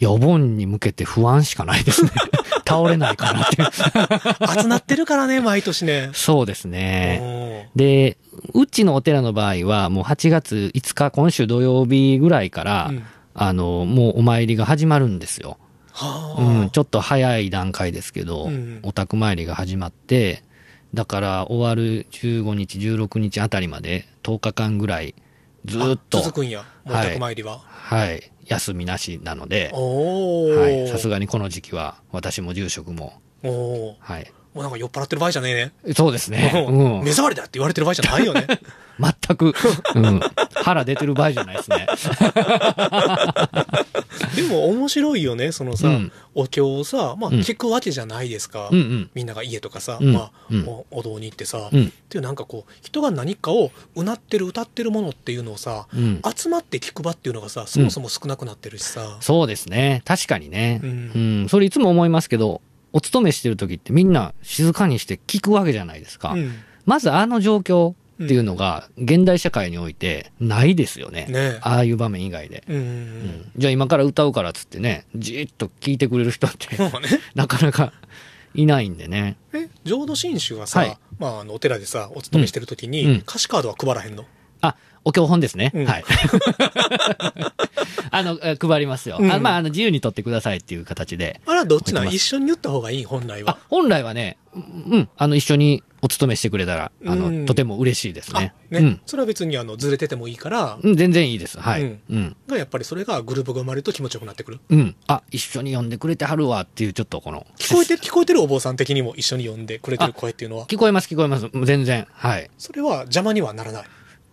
いや、お盆に向けて不安しかない ですね。倒れないかなって。集なってるからね毎年ね、そうです ね。で、うちのお寺の場合は、もう8月5日、今週土曜日ぐらいから、うんあの、もうお参りが始まるんですよ。はあ、うん、ちょっと早い段階ですけど、うんお宅参りが始まって、だから終わる15日、16日あたりまで10日間ぐらいずーっあと、続くんやもうはい宅参りは、はい、休みなしなので、おお、はい、さすがにこの時期は私も住職も、おおはい、もうなんか酔っ払ってる場合じゃねえねそうです ね、もうう目ん、障りだって言われてる場合じゃないよね全く、うん、腹出てる場合じゃない ですね。でも面白いよねそのさ、うんお経をさまあうん聞くわけじゃないですか、うんうんみんなが家とかさ、うんまあうんおお堂に行ってさ、うっんていうなんかこう人が何かをうなってる歌ってるものっていうのをさうん集まって聞く場っていうのがさそもそも少なくなってるしさ、そうですね。確かにね。ううんん。それいつも思いますけど、お勤めしてる時ってみんな静かにして聞くわけじゃないですか。うんまずあの状況っていうのが現代社会においてないですよね。ねああいう場面以外で。うん、うんじゃあ今から歌うからっつってね、じーっと聞いてくれる人ってなんかね なかなかいないんでね。え浄土真宗はさ、はいまあ、あのお寺でさお勤めしてる時に、うんうん歌詞カードは配らへんのあ、お経本ですね。うんはい。 あの、え配りますよ。うあんまあ、あの、自由に取ってくださいっていう形で。あれはどっちな置いてんます一緒に言った方がいい本来はあ、本来はね、うん、あの、一緒にお勤めしてくれたら、あの、うんとても嬉しいですね。ね、それは別にあのずれててもいいからうん。うん全然いいです。はい。うんうん。がやっぱりそれがグループが生まれると気持ちよくなってくるうん。あ、一緒に呼んでくれてはるわっていう、ちょっとこの。聞こえて聞こえてるお坊さん的にも一緒に呼んでくれてる声っていうのは聞こえます、聞こえます。全然。はい。それは邪魔にはならない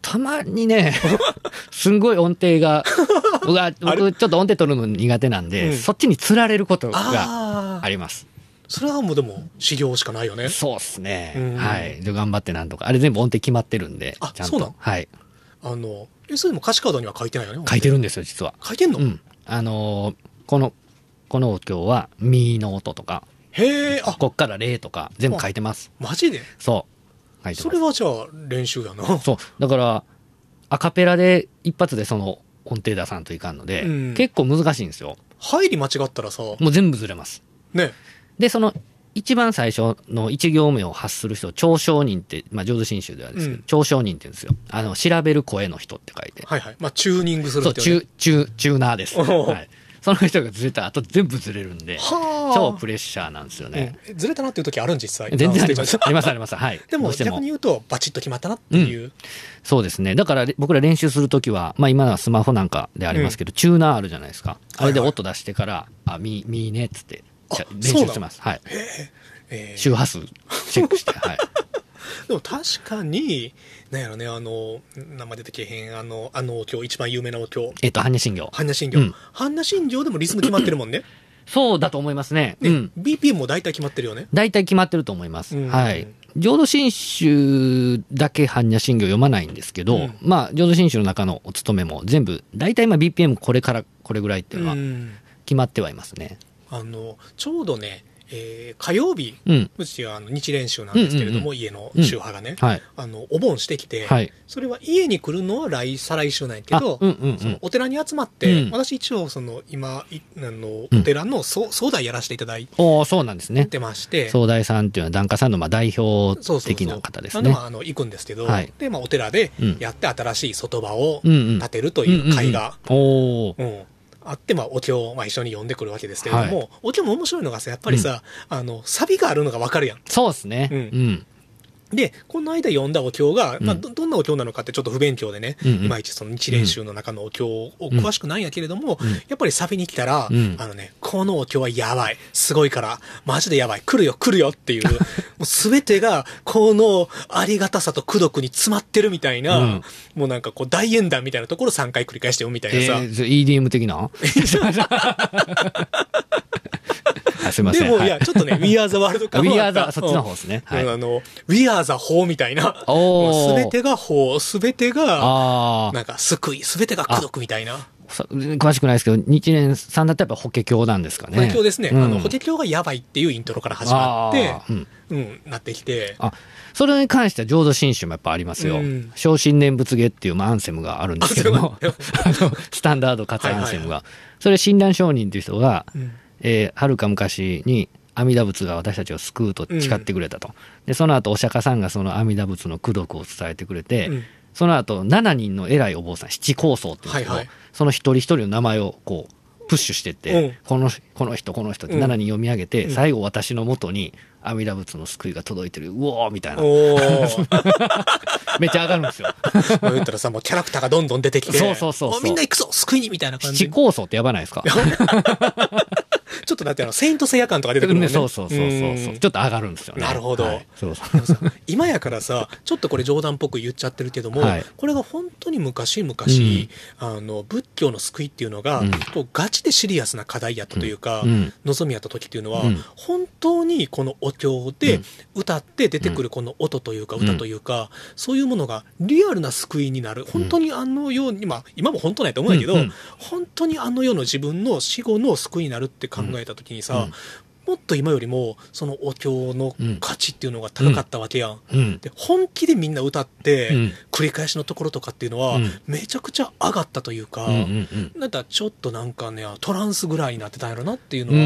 たまにね、 すんごい音程が、 僕は、僕、ちょっと音程取るの苦手なんで、うんそっちに釣られることがああります。それはもうでも修行しかないよねそうっすね。うんはい。で、頑張ってなんとか。あれ全部音程決まってるんで、あちゃんそうなのと。はい。あのえそれでも歌詞カードには書いてないよね書いてるんですよ、実は。書いてんの、うん。あのーこの、このお経は、ミの音とか、へえあこっからレとか、全部書いてます。マジでそう。書いてそまれす。はじゃあ練習やなそう。だから、アカペラで一発でその音程出さんといかんので、うん結構難しいんですよ。入り間違ったらさもう全部ずれます。ねで、その、一番最初の一行目を発する人、長商人って、まあ、浄土真宗ではですけど、うん長商人って言うんですよ。あの、調べる声の人って書いて。はいはいまあチューニングするそっう、てチいうねュ、チュ、チューナーです。おおはい。その人がずれた後全部ずれるんで、はあ超プレッシャーなんですよね。うんえずれたなっていう時あるん実際全然ああのステりまージす。ありますあります。はい。でどもうして逆に言うとバチッと決まったなっていう、そうですね。だから僕ら練習するときは、まあ今はスマホなんかでありますけど、チューナーあるじゃないですか。あれではいはい音出してから、あ、み、みーねっつって、あじゃ練習してます。はい。えー周波数チェックして、 はい。でも確かになんやろねあの生出てけへんあのあのお経一番有名なお経えっと、般若心経。般若心経、うん般若心経でもリズム決まってるもん ねそうだと思いますね。ね、うん。 BP も大体決まってるよね大体決まってると思います。うんはい。浄土真宗だけ般若心経読まないんですけど、うんまあ、浄土真宗の中のお勤めも全部、大体まあ BPM これからこれぐらいっていうのはうん決まってはいますね。あのちょうどねえー火曜日、うん。うちはあの日練習なんですけれども、うんうんう家の宗派がね、はい。あの、お盆してきて、はい。それは家に来るのは来、再来週なんやけあ、ど、うんうんそうのん。お寺に集まって、うん私一応その今いあのうんお寺の総総代やらせていただいおーそうなんですね。てまして、総大さんっていうのは、檀家さんのまあ代表そうそう的な方ですなんねで、ま。あ、あの行くんですけど、はいでまあ、お寺でうんやって新しい外場をうんうん建てるという会が、うんうんうんおーうんあって、まあ、お経をまあ一緒に読んでくるわけですけれども、はお経も面白いのがさやっぱりさ、あのサビがあるのがわかるやん。そうですね。ううんん。でこの間読んだお経が、まあ、うんどどんなお経なのかってちょっと不勉強でね、うんうんいまいちその日練習の中のお経を詳しくないんやけれども、んやっぱりサビに来たら、うんあのね、このお経はやばい、すごいから、マジでやばい、来るよ来るよ っていう、もう全てがこのありがたさと功徳に詰まってるみたいな、うんもうなんかこう大演談みたいなところ3回繰り返してよみたいえなさ。ー、それ EDM 的な あすいませでん。も、、はいや、ちょっとね、We Are the World ウ 感ィはアあーったザ、そっちの方ですね。うんはい。あの、We Are the 法みたいな。おーすべてが法、すべてが、ああ。なんか救い、すべてが功徳みたいな。さ詳しくないですけど、日蓮さんだったらやっぱ法華経なんですかね。法華経ですね。うんあの、法華経がやばいっていうイントロから始まってあ、ーうんうん、なってきて。あ、それに関しては浄土真宗もやっぱありますようん。昇進念仏芸っていう、まあ、アンセムがあるんですけども、 ああの、スタンダードかつアンセはムいはが。それ、親鸞上人っていう人が、うんえー、遥か昔に阿弥陀仏が私たちを救うと誓ってくれたと。で、その後、お釈迦さんがその阿弥陀仏の功徳を伝えてくれて、うんその後、7人の偉いお坊さん、七高僧っていうんですけど、はいはいその一人一人の名前をこう、プッシュしてって、うんこのこの人この人ってうん7人読み上げて、うん最後私の元に阿弥陀仏の救いが届いてるうおーみたいな おーめっちゃ上がるん ですよまあ言ったらさ、もうキャラクターがどんどん出てきて、そうそうそうそうおみんな行くぞ救いにみたいな感じ七で。高僧ってやばない ですかちょっとだってあの、セイントセイヤ感とか出てくるもんね。そうそうそうそうそううんちょっと上がるんですよねなるほどはいそうそうでもさ今やからさ、ちょっとこれ冗談っぽく言っちゃってるけども、はいこれが本当に昔々、あの、仏教の救いっていうのが、うんこうガチでシリアスな課題やったというか、うん望みやった時っていうのは、うん本当にこのお経でうん歌って出てくるこの音というかうん歌というか、そういうものがリアルな救いになる。本当にあのように、まあ今も本当ないと思うんやけど、うんうん本当にあの世の自分の死後の救いになるって考えた時にさ、うんもっと今よりもそのお経の価値っていうのが高かったわけやん。うんで本気でみんな歌って、うん繰り返しのところとかっていうのは、うんめちゃくちゃ上がったというか、うんうんなんだちょっとなんかねトランスぐらいになってたんやろなっていうのうは、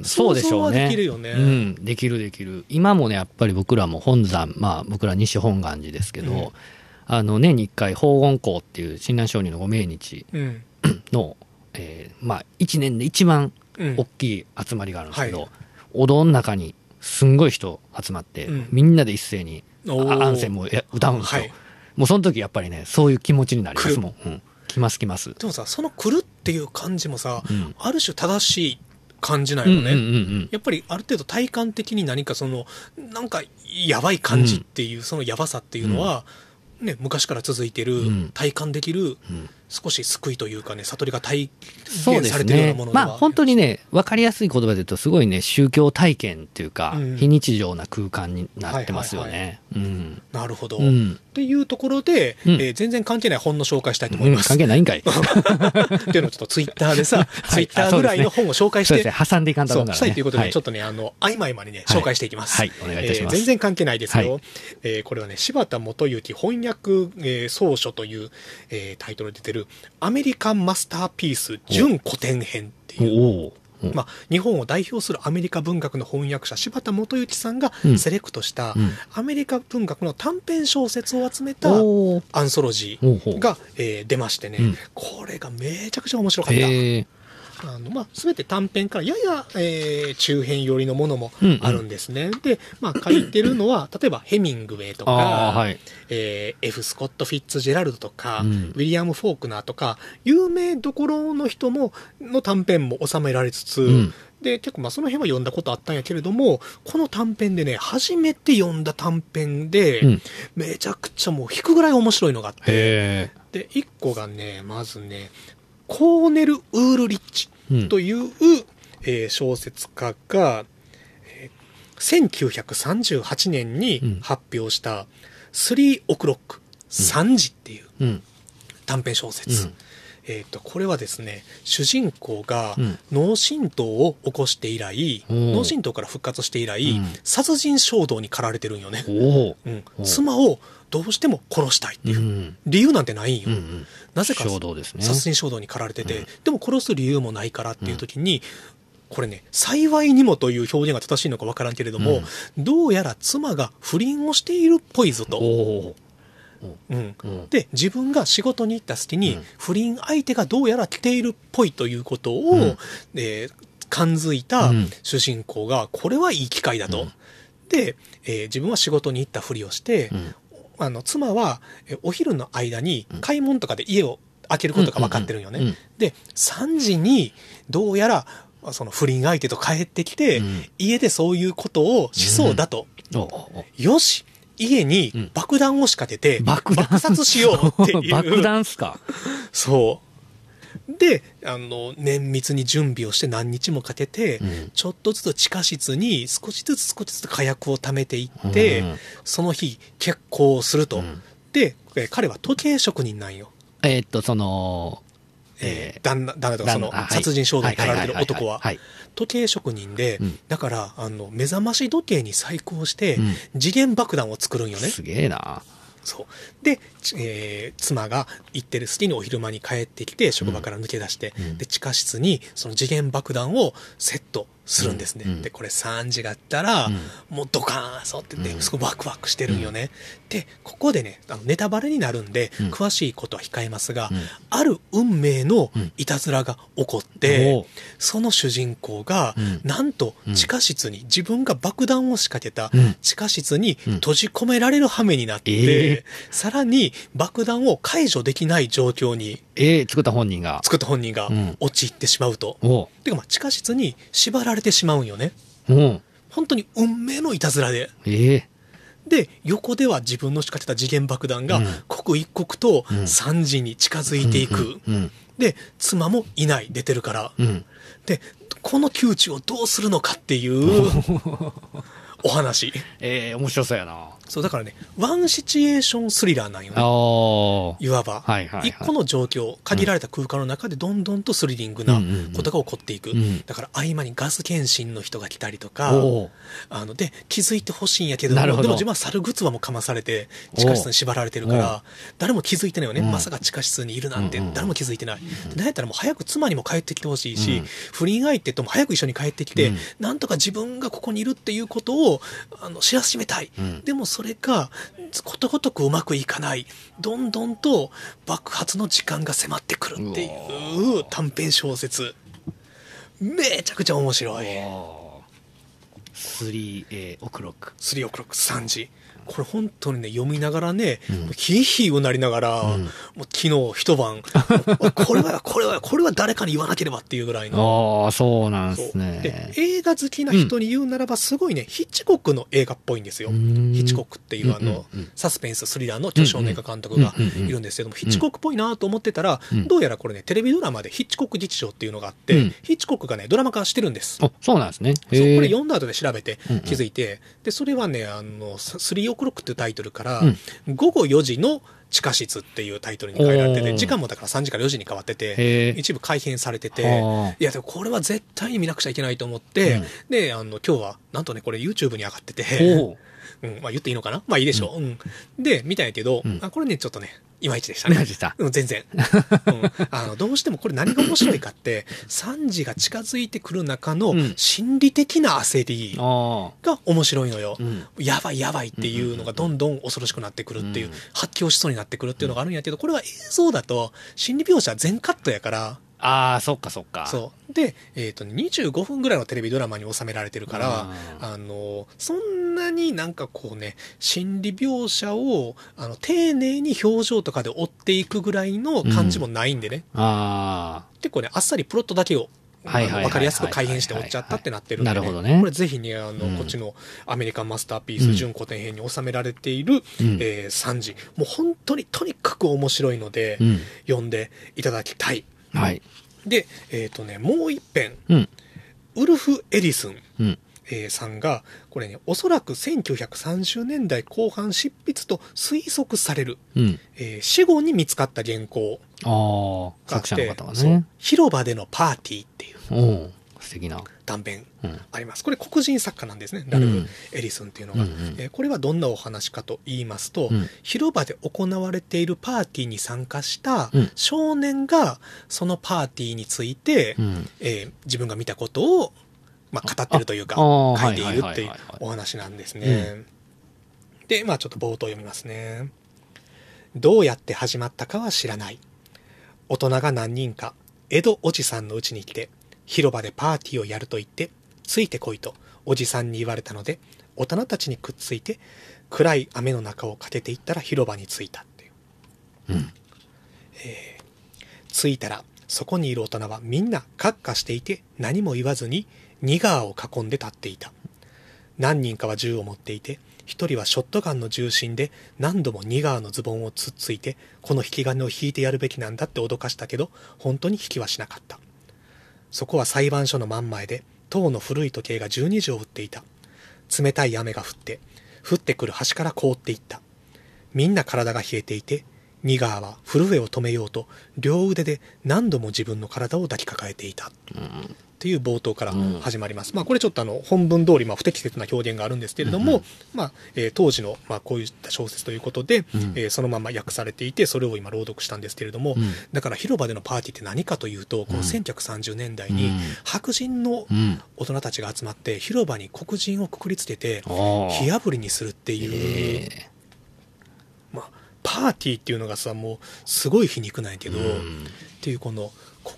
ん、そうでしょう想像はね。できるよねうん、できるできる。今もね、やっぱり僕らも本山、まあ僕ら西本願寺ですけど、うんあの年に一回、宝厳校っていう親鸞上人のご命日うんの、えーまあ一年で一番うん大きい集まりがあるんですけど、はいお堂の中にすんごい人集まって、うんみんなで一斉にあおーアンセムをや歌うんですよ。はいもうその時やっぱりね、そういう気持ちになりますもん。うん、来ます来ます。でもさその「来る」っていう感じもさ、うんある種正しい感じなうんんようんね、うんやっぱりある程度体感的に何かそのなんかやばい感じっていう、そのやばさっていうのは、ね、昔から続いてる、うん体感できるうん。少し救いというかね悟りが体そう現でさすれてるようなねもの。まあ本当ににね、わかりやすい言葉で言うと、すごいね、宗教体験っていうか、うん非日常な空間になってますよね。うん。なるほど、うっん。ていうところで、うんえー全然関係ない本の紹介したいと思ういんます、関係ないんかい。 っていうのをちょっとツイッターでさ、ツイッタあーそうぐですねらいの本を紹介しそうでて、すね、挟んでいかんとそダうメだからね。したいということで、ちょっと。とね、あの、合間合間にね、紹介していきます。はいはいお願いいたしますえー全然関係ないですよ。はえーこれはね、柴田元幸翻訳、えー総書という、えータイトルで出てる、アメリカンマスターピース純古典編っていう。おお。うんまあ、日本を代表するアメリカ文学の翻訳者柴田元幸さんがうんセレクトしたうんアメリカ文学の短編小説を集めたおーアンソロジほうほーうが、えー出ましてね、うんこれがめちゃくちゃ面白かった。へえ。あのまあ、全て短編からやや、えー中編寄りのものもうんあるんですね。で、まあ、書いてるの は、例えばヘミングウェイとか、ああ、はい。えー F ・スコット・フィッツジェラルドとか、うんウィリアム・フォークナーとか、有名どころの人も、の短編も収められつつ、うんで、結構まあその辺は読んだことあったんやけれども、この短編でね、初めて読んだ短編で、うんめちゃくちゃもう引くぐらい面白いのがあって、へで、一個がね、まずね、コーネル・ウールリッチえ。という、えー小説家が、えー1938年うんに発表した、スリー・オクロック、3時っていううん。短編小う説。ん。えー、とこれはですね主人公がうん脳震盪を起こして以来、うん脳震盪から復活して以来、うん殺人衝動に駆られてるんよね、おお。うんお妻をどうしても殺したいってういう、ん。理由なんてないんよ、うんうん。なぜか衝動ですね。殺人衝動に駆られてて、でも殺す理由もないからっていう時に、これね、幸いにもという表現が正しいのかわからんけれども、どうやら妻が不倫をしているっぽいぞおと。お。うんうんで、自分が仕事に行った隙に、うん不倫相手がどうやら来ているっぽいということを、うんえー感づいたうん主人公が、これはいい機会だと。うんで、えー自分は仕事に行ったふりをして、うん。あの妻はえお昼の間に買い物とかで家を開けることが分かってるんよね。うんうんうんで3時にどうやらその不倫相手と帰ってきて、うん家でそういうことをしそうだと、おお。よし家に爆弾を仕掛けて、爆弾。爆殺しようっていう 爆弾っすか。そうであの綿密に準備をして何日もかけて、うんちょっとずつ地下室に少しずつ少しずつ火薬を貯めていって、うんその日決行すると、うんでえ彼は時計職人なんよ、えーっと、その、ええー旦那旦那とかその旦那あはい殺人衝動に駆られてる男ははいはいはいはいはい時計職人で、うんだからあの目覚まし時計に再興して、うん次元爆弾を作るんよねすげえな。そうで、ちえー妻が行ってる隙にお昼間に帰ってきて職場から抜け出して、うんで地下室にその次元爆弾をセットするんですね、うんでこれ3時があったら、うんもうドカーンそうってうてんすごいワクワクしてるんよね、でここでねあのネタバレになるんで、うん詳しいことは控えますが、うんある運命のうんいたずらが起こって、おうその主人公が、うんなんと地下室に自分が爆弾を仕掛けたうん地下室にうん閉じ込められる羽目になって、ええさらに爆弾を解除できない状況にえー、作った本人が。作った本人がうん陥ってしまうと。おうてかまあ地下室に縛られてしまうんよね。うん。本当に運命のいたずらで。ええで、横では自分の仕掛けた次元爆弾がうん刻一刻とうん3時に近づいていく。うん。で、妻もいない、出てるから。うん。で、この窮地をどうするのかっていう お話。ええ面白そうやな。あそう、だからね、ワンシチュエーションスリラーなんよね。あ。いわば、はいはいはい一個の状況、限られた空間の中でどんどんとスリリングなうんうんうんことが起こっていく。うんだから合間にガス検診の人が来たりとか、おうあの、で、気づいてほしいんやけどもなるほどでも自分は猿靴輪もかまされて、地下室に縛られてるかおうら、誰も気づいてないよね、うんまさか地下室にいるなんてうんうん、誰も気づいてない。なんやったらもう早く妻にも帰ってきてほしいし、うん不倫相手とも早く一緒に帰ってきて、うんなんとか自分がここにいるっていうことを、あの、知らしめたい。うんでもそれが、ことごとくうまくいかない。どんどんと爆発の時間が迫ってくるっていう短編小説。めちゃくちゃ面白い。おースリー、えー、オクロック。 3オクロック3時これ本当にね読みながらね、うんもうヒーヒーをなりながら、うんもう昨日一晩 おこれはこれはこれは誰かに言わなければっていうぐらいの。ああ、そうなんそうすねで。映画好きな人に言うならばすごいね、ヒッチコックの映画っぽいんですよ。うヒーんッチコックっていうあの、うんうんうんサスペンススリラーの巨匠の映画監督がうんうんうんうんいるんですけども、ヒッチコックっぽいなと思ってたら、うんどうやらこれねテレビドラマでヒッチコック劇場っていうのがあって、うんヒッチコックがねドラマ化してるんです。あ、そうなんですね。そうへーこれ読んだ後で調べてうんうん気づいて、でそれはねあの「3オクロック」っていうタイトルから、うん午後4時の地下室」っていうタイトルに変えられておーて時間もだから3時から4時に変わってへてー一部改編されててはあいやでもこれは絶対に見なくちゃいけないと思って、うんであの今日はなんとねこれ YouTube に上がってて、おううんまあ、言っていいのかなまあいいでしょう、うんで見たんやけど、うんあこれねちょっとねいまいちでした何ねが。出たうん、全然、うんあの。どうしてもこれ何が面白いかって、3時が近づいてくる中のうん心理的な焦りあが面白いのよあ。。うん。、やばいやばいっていうのがどんどん恐ろしくなってくるっていううん発狂しそうになってくるっていうのがあるんやけど、これは映像だと心理描写は全カットやから、ああ、そっかそっか。そう。で、えっ、と、25分ぐらいのテレビドラマに収められてるから、あの、そんなになんかこうね、心理描写を、あの、丁寧に表情とかで追っていくぐらいの感じもないんでね。ああ。結構ね、あっさりプロットだけを、あはいはいはいはいはいのわかりやすく改変して追っちゃったってなってるんで、なるほどねこれぜひね、あの、うんこっちのアメリカンマスターピーうんス、純古典編に収められている、うんえー3時。もう本当にとにかく面白いので、うん。読んでいただきたい。はい。で、えっ、とね、もう一編、うん。ウルフ・エリスン。うん。えーさんが、これね、おそらく1930年代後半執筆と推測される、うん。えー死後に見つかった原稿ああ、があっ作者のて方が、そうね。広場でのパーティーっていうおおう素敵な。短編うん。あります。これ黒人作家なんですね、ラルうフん・エリスンっていうのが。うんうんえーこれはどんなお話かと言いますと、うん広場で行われているパーティーに参加したうん少年が、そのパーティーについて、うん。えー自分が見たことを、まあ、語ってるというかああー書いているっはいてはいいうはいはいお話なんですね。でまあちょっと冒頭読みますね。どうやって始まったかは知らない。大人が何人か江戸おじさんの家に来て広場でパーティーをやると言ってついてこいとおじさんに言われたので大人たちにくっついて暗い雨の中を駆けていったら広場に着いたっていう。うん。着いたらそこにいる大人はみんなカッカしていて何も言わずにニガーを囲んで立っていた何人かは銃を持っていて一人はショットガンの重心で何度もニガーのズボンをつっついてこの引き金を引いてやるべきなんだって脅かしたけど本当に引きはしなかったそこは裁判所の真ん前で塔の古い時計が12時を打っていた冷たい雨が降って降ってくる端から凍っていったみんな体が冷えていて、ニガーは震えを止めようと、両腕で何度も自分の体を抱きかかえていた。っていう冒頭から始まります。まあこれちょっとあの本文通りまあ不適切な表現があるんですけれども、まあ、えー当時のまあこういった小説ということで、んえーそのまま訳されていてそれを今朗読したんですけれども、うんだから広場でのパーティーって何かというとこの1930年代にうん白人のうん。大人たちが集まって広場に黒人をくくりつけてああ。火あぶりにするっていうええまあ、パーティーっていうのがさもうすごい皮肉なんやけど、うんっていうこの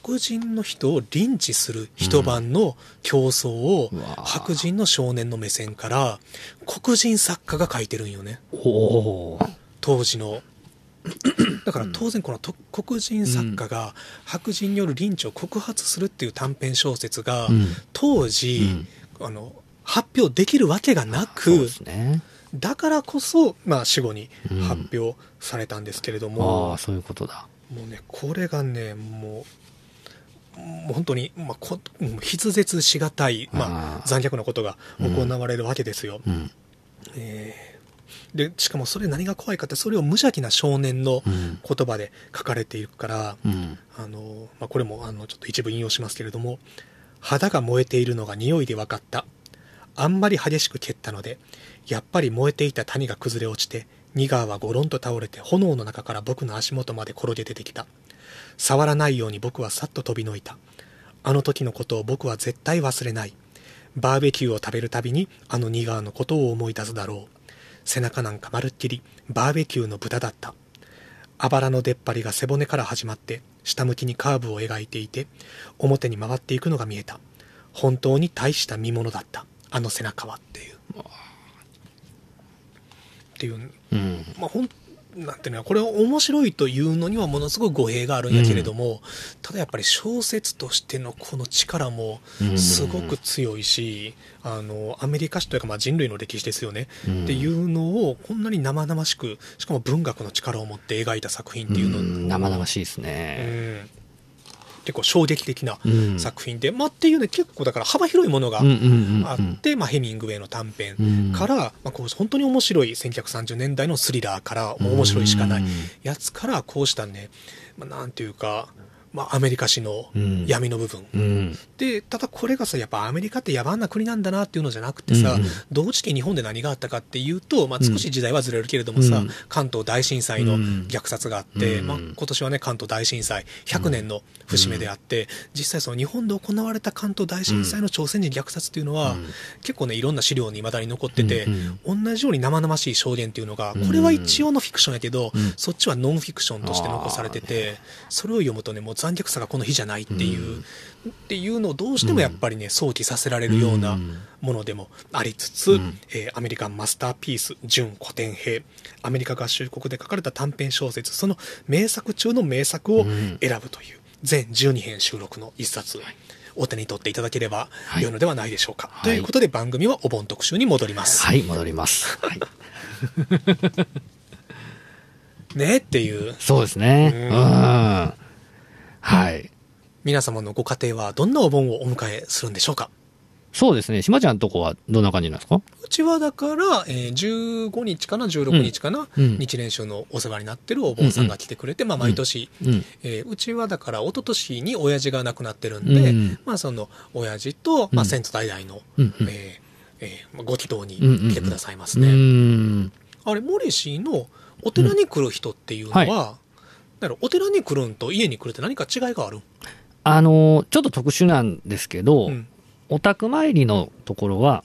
黒人の人をリンチする一晩の競争をうんうわー白人の少年の目線から黒人作家が書いてるんよねおー当時 の。だから当然このと黒人作家が白人によるリンチを告発するっていう短編小説がうん当時、あの発表できるわけがなそうくですね。だからこそ、まあ、死後に発表されたんですけれども、ああ、そういうことだ。もうね、これがね、もう、もう本当に、まあ、こもう筆舌しがたい、まああ、ー残虐なことが行われるわけですよ。うん。えーで、しかもそれ何が怖いかって、それを無邪気な少年のうん。言葉で書かれているから、うん。あの、まあ、これも、あの、ちょっと一部引用しますけれども、肌が燃えているのが匂いで分かった。あんまり激しく蹴ったので、やっぱり燃えていた谷が崩れ落ちて、ニガーはゴロンと倒れて炎の中から僕の足元まで転げ出てきた。触らないように僕はさっと飛びのいた。あの時のことを僕は絶対忘れない。バーベキューを食べるたびにあのニガーのことを思い出すだろう。背中なんかまるっきりバーベキューの豚だった。あばらの出っ張りが背骨から始まって、下向きにカーブを描いていて、表に回っていくのが見えた。本当に大した見物だった。あの背中はっていう。っていう、うん。まあ、ほん、なんていうのかなこれを面白いというのにはものすごい語弊があるんやけれども、ただやっぱり小説としてのこの力もうんすごく強いし、あの、アメリカ史というかまあ人類の歴史ですよね。うんっていうのをこんなに生々しく、しかも文学の力を持って描いた作品っていうの、ん生々しいですうね。ん結構衝撃的なうん作品で、まあっていうね、結構だから幅広いものがうんうんうんあうんって、まあヘミングウェイの短編うんから、まあ、こう本当に面白い1930年代のスリラーからもう面白いしかないうんやつからこうしたね、まあ、なんていうか、まあ、アメリカ史のうん闇の部分、うん。でただこれがさやっぱアメリカって野蛮な国なんだなっていうのじゃなくてさ、うんうん同時期日本で何があったかっていうと、まあ、少し時代はずれるけれどもさ、うん関東大震災のうん虐殺があって、うんまあ、今年はね関東大震災100年の節目であって、実際その日本で行われた関東大震災の朝鮮人虐殺っていうのは、うん結構ねいろんな資料に未だに残ってて、うん同じように生々しい証言っていうのがうんこれは一応のフィクションやけど、んそっちはノンフィクションとして残されてて、それを読むとねもう残虐さがこの日じゃないっていう、っていうのをどうしてもやっぱりね想起させられるようなものでもありつつ、うんえーアメリカンマスターピース純古典兵アメリカ合衆国で書かれた短編小説その名作中の名作をうん選ぶという、全12編収録の一冊、お手に取っていただければはい良いのではないでしょうか、はいということで番組はお盆特集に戻ります。はい、戻ります。はい。ねっていうそうですね。ううんん。はい。皆様のご家庭はどんなお盆をお迎えするんでしょうかそうですね。島ちゃんのとこはどんな感じなんですかうちはだから、えー15日かな16日かな、うんうん日蓮宗のお世話になってるお坊さんが来てくれて、まあ、毎年、うん。えーうちはだから一昨年に親父が亡くなってるんうんうで、んまあ、その親父と、まうあ、ん先祖代々の、うんうんえーえーまあご祈祷にうんうんうん来てくださいまうすね。ーん。あれモリシーのお寺に来る人っていうのは、うんだからお寺に来るんと家に来るって何か違いがある、あのーちょっと特殊なんですけど、うんお宅参りのところは、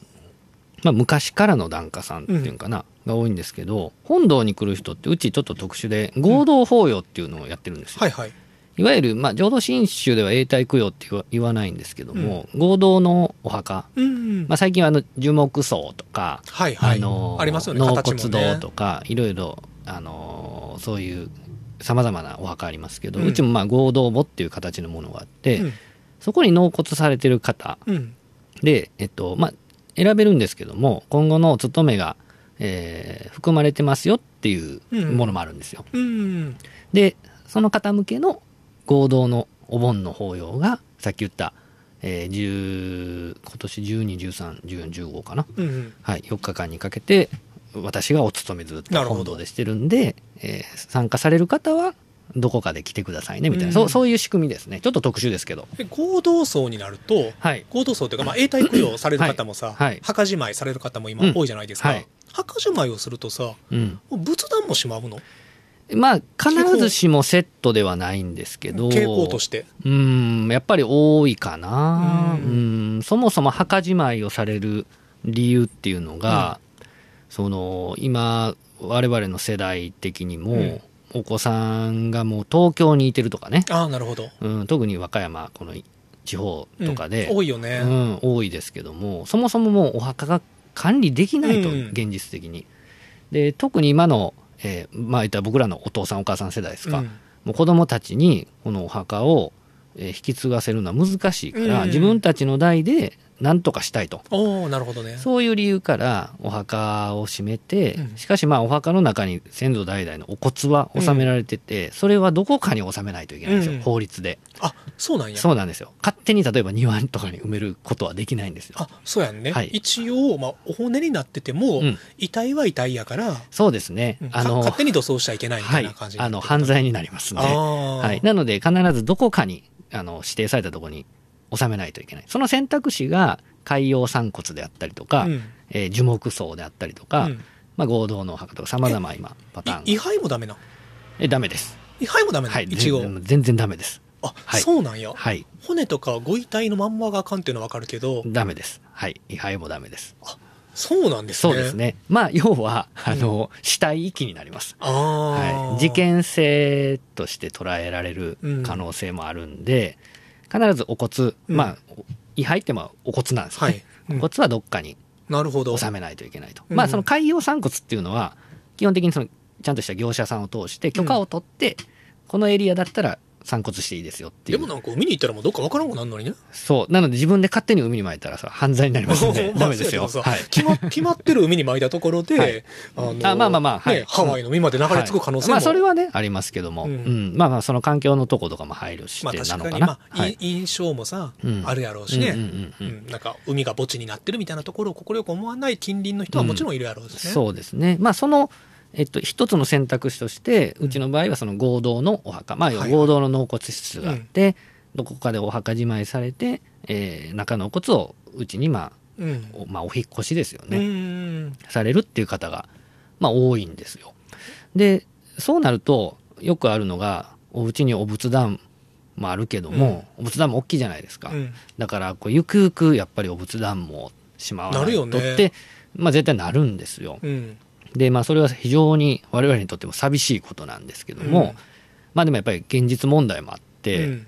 まあ、昔からの檀家さんっていうのかな、が多いんですけど本堂に来る人ってうちちょっと特殊で合同法要っていうのをやってるんですよ、はいはい。いわゆる、まあ、浄土真宗では永代供養って言わ言わないんですけども、合同のお墓、うんまあ、最近はあの樹木葬とか、はいはい。あのーありますよね、納形骨もね堂とかいろいろ、あのーそういうさまざまなお墓ありますけど、ううんちもまあ合同墓っていう形のものがあって、うんそこに納骨されてる方うん。で、えっと、まあ、選べるんですけども、今後のお勤めが、えー含まれてますよっていううんものもあるんですよ。うん。で、その方向けの合同のお盆の法要が、さっき言った、えー、10今年12、13、14、15かな。うん。はい、4日間にかけて、私がお勤めずっなとるほど報道でしてるんで、えー参加される方は、どこかで来てくださいね、みたいな、うんそう、そういう仕組みですね。ちょっと特殊ですけど。で合同葬になると、はい。合同葬というか、まあ、永代供養される方もさ、はいはい墓じまいされる方もう今ん多いじゃないですか。はい墓じまいをするとさ、うん。もう仏壇もしまうのまあ必ずしもセットではないんですけど傾向として。うんやっぱり多いかなううんんそもそも墓じまいをされる理由っていうのが、その今我々の世代的にも、うんお子さんがもう東京にいてるとかね、ああ、なるほど。うん、特に和歌山この地方とかで、うんうん多いよね。多いですけどもそもそももうお墓が管理できないと、うん現実的に。で特に今の、えーまあ、言ったら僕らのお父さんお母さん世代ですか、うんもう子供たちにこのお墓をえー引き継がせるのは難しいかうら、ん自分たちの代で何とかしたいと。おおなるほどね。そういう理由からお墓を閉めて、うんしかしまあお墓の中に先祖代々のお骨は納められてて、それはどこかに納めないといけないんですうよ、ん法律で。あ、そうなんや。そうなんですよ。勝手に例えば庭とかに埋めることはできないんですよ。あ、そうやんね。はい一応、まあ、お骨になってても、うん遺体は遺体やから、そうですね。うんあかの、勝手に土葬しちゃいけないみたはいいな感じ、、あの犯罪になりますね。あーはい、なので必ずどこかにあの指定されたところに収めないといけないその選択肢が海洋散骨であったりとか、うんえー樹木葬であったりとか、うんまあ、合同のお墓とかさまざま今パターンい位牌もダメな。えダメです、位牌もダメな、はい、一応。全全然ダメですあ、はいそうなんや。はい骨とかご遺体のまんまがあかんっていうのはわかるけど、ダメですはい位牌もダメですそうなんですね。そうです。ねまあ要はあの、死体遺棄になりますああ、はい、事。件性として捉えられる可能性もあるんで、必ずお骨、うんまあ、位牌ってまあお骨なんですよね、はいうんお骨はどっかになるほど。収めないといけないと、うんまあその海洋散骨っていうのは基本的にそのちゃんとした業者さんを通して許可を取って、このエリアだったら散骨していいですよっていでうもなんか海に行ったらもうどっかわからんくなるのにね。そうなので自分で勝手に海に撒いたらさ犯罪になります んでまあダメですよ、そうやけどさはい、決ま決まってる海に巻いたところで、はいあのあまあまあまあはいねハワイの海まで流れ着く可能性も、はいまあそれはねありますけども、ううんんまあまあその環境のとことかも配慮しまあてな確のかかに、な、まあ、はいい、印象もさ、うんあるやろうしね、うんうんうんうんうんなんか海が墓地になってるみたいなところを快く思わない近隣の人はもちろんいるやろうしね。そうですね。まあその、えっと、一つの選択肢として、うちの場合はその合同のお墓、まあはいはい合同の納骨室があって、どこかでお墓じまいされて、えー中のお骨をうちに、まあ、うんおまあ、お引っ越しですようね、んされるっていう方が、まあ多いんですよ。で、そうなると、よくあるのが、お家にお仏壇もあるけども、お仏壇も大きいじゃないですか。うんだからこうゆくゆくやっぱりお仏壇もしまわないなるよとっねて、まあ、絶対なるんですよ。うんで、まあ、それは非常に我々にとっても寂しいことなんですけども、うんまあでもやっぱり現実問題もあっうて、ん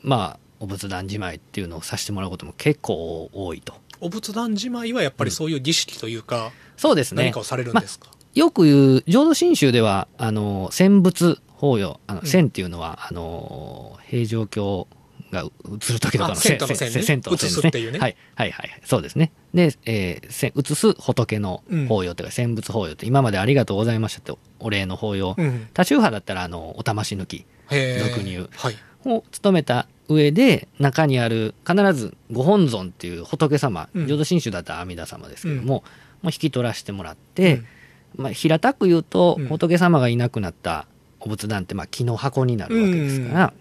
まあお仏壇じまいっていうのをさせてもらうことも結構多いと。お仏壇じまいはやっぱりそういう儀式というか、そうですね何かをされるんですか、よく言う浄土真宗ではあの戦仏法要あの、うん戦っていうのはあの平城京がう移る時とかあの遷都の遷ね遷遷都の遷移すっていうねはいはいはいはいそうですねで、えー、遷移す仏の法要というか、戦仏法要って今までありがとうございましたってお礼の法要、うん他宗派だったらあのお魂抜きへー俗に言うはいを務めた上で中にある必ずご本尊っていう仏様、うん浄土真宗だったら阿弥陀様ですけども、もう引き取らせてもらって、うんまあ、平たく言うと、うん仏様がいなくなったお仏壇ってまあ木の箱になるわけですから、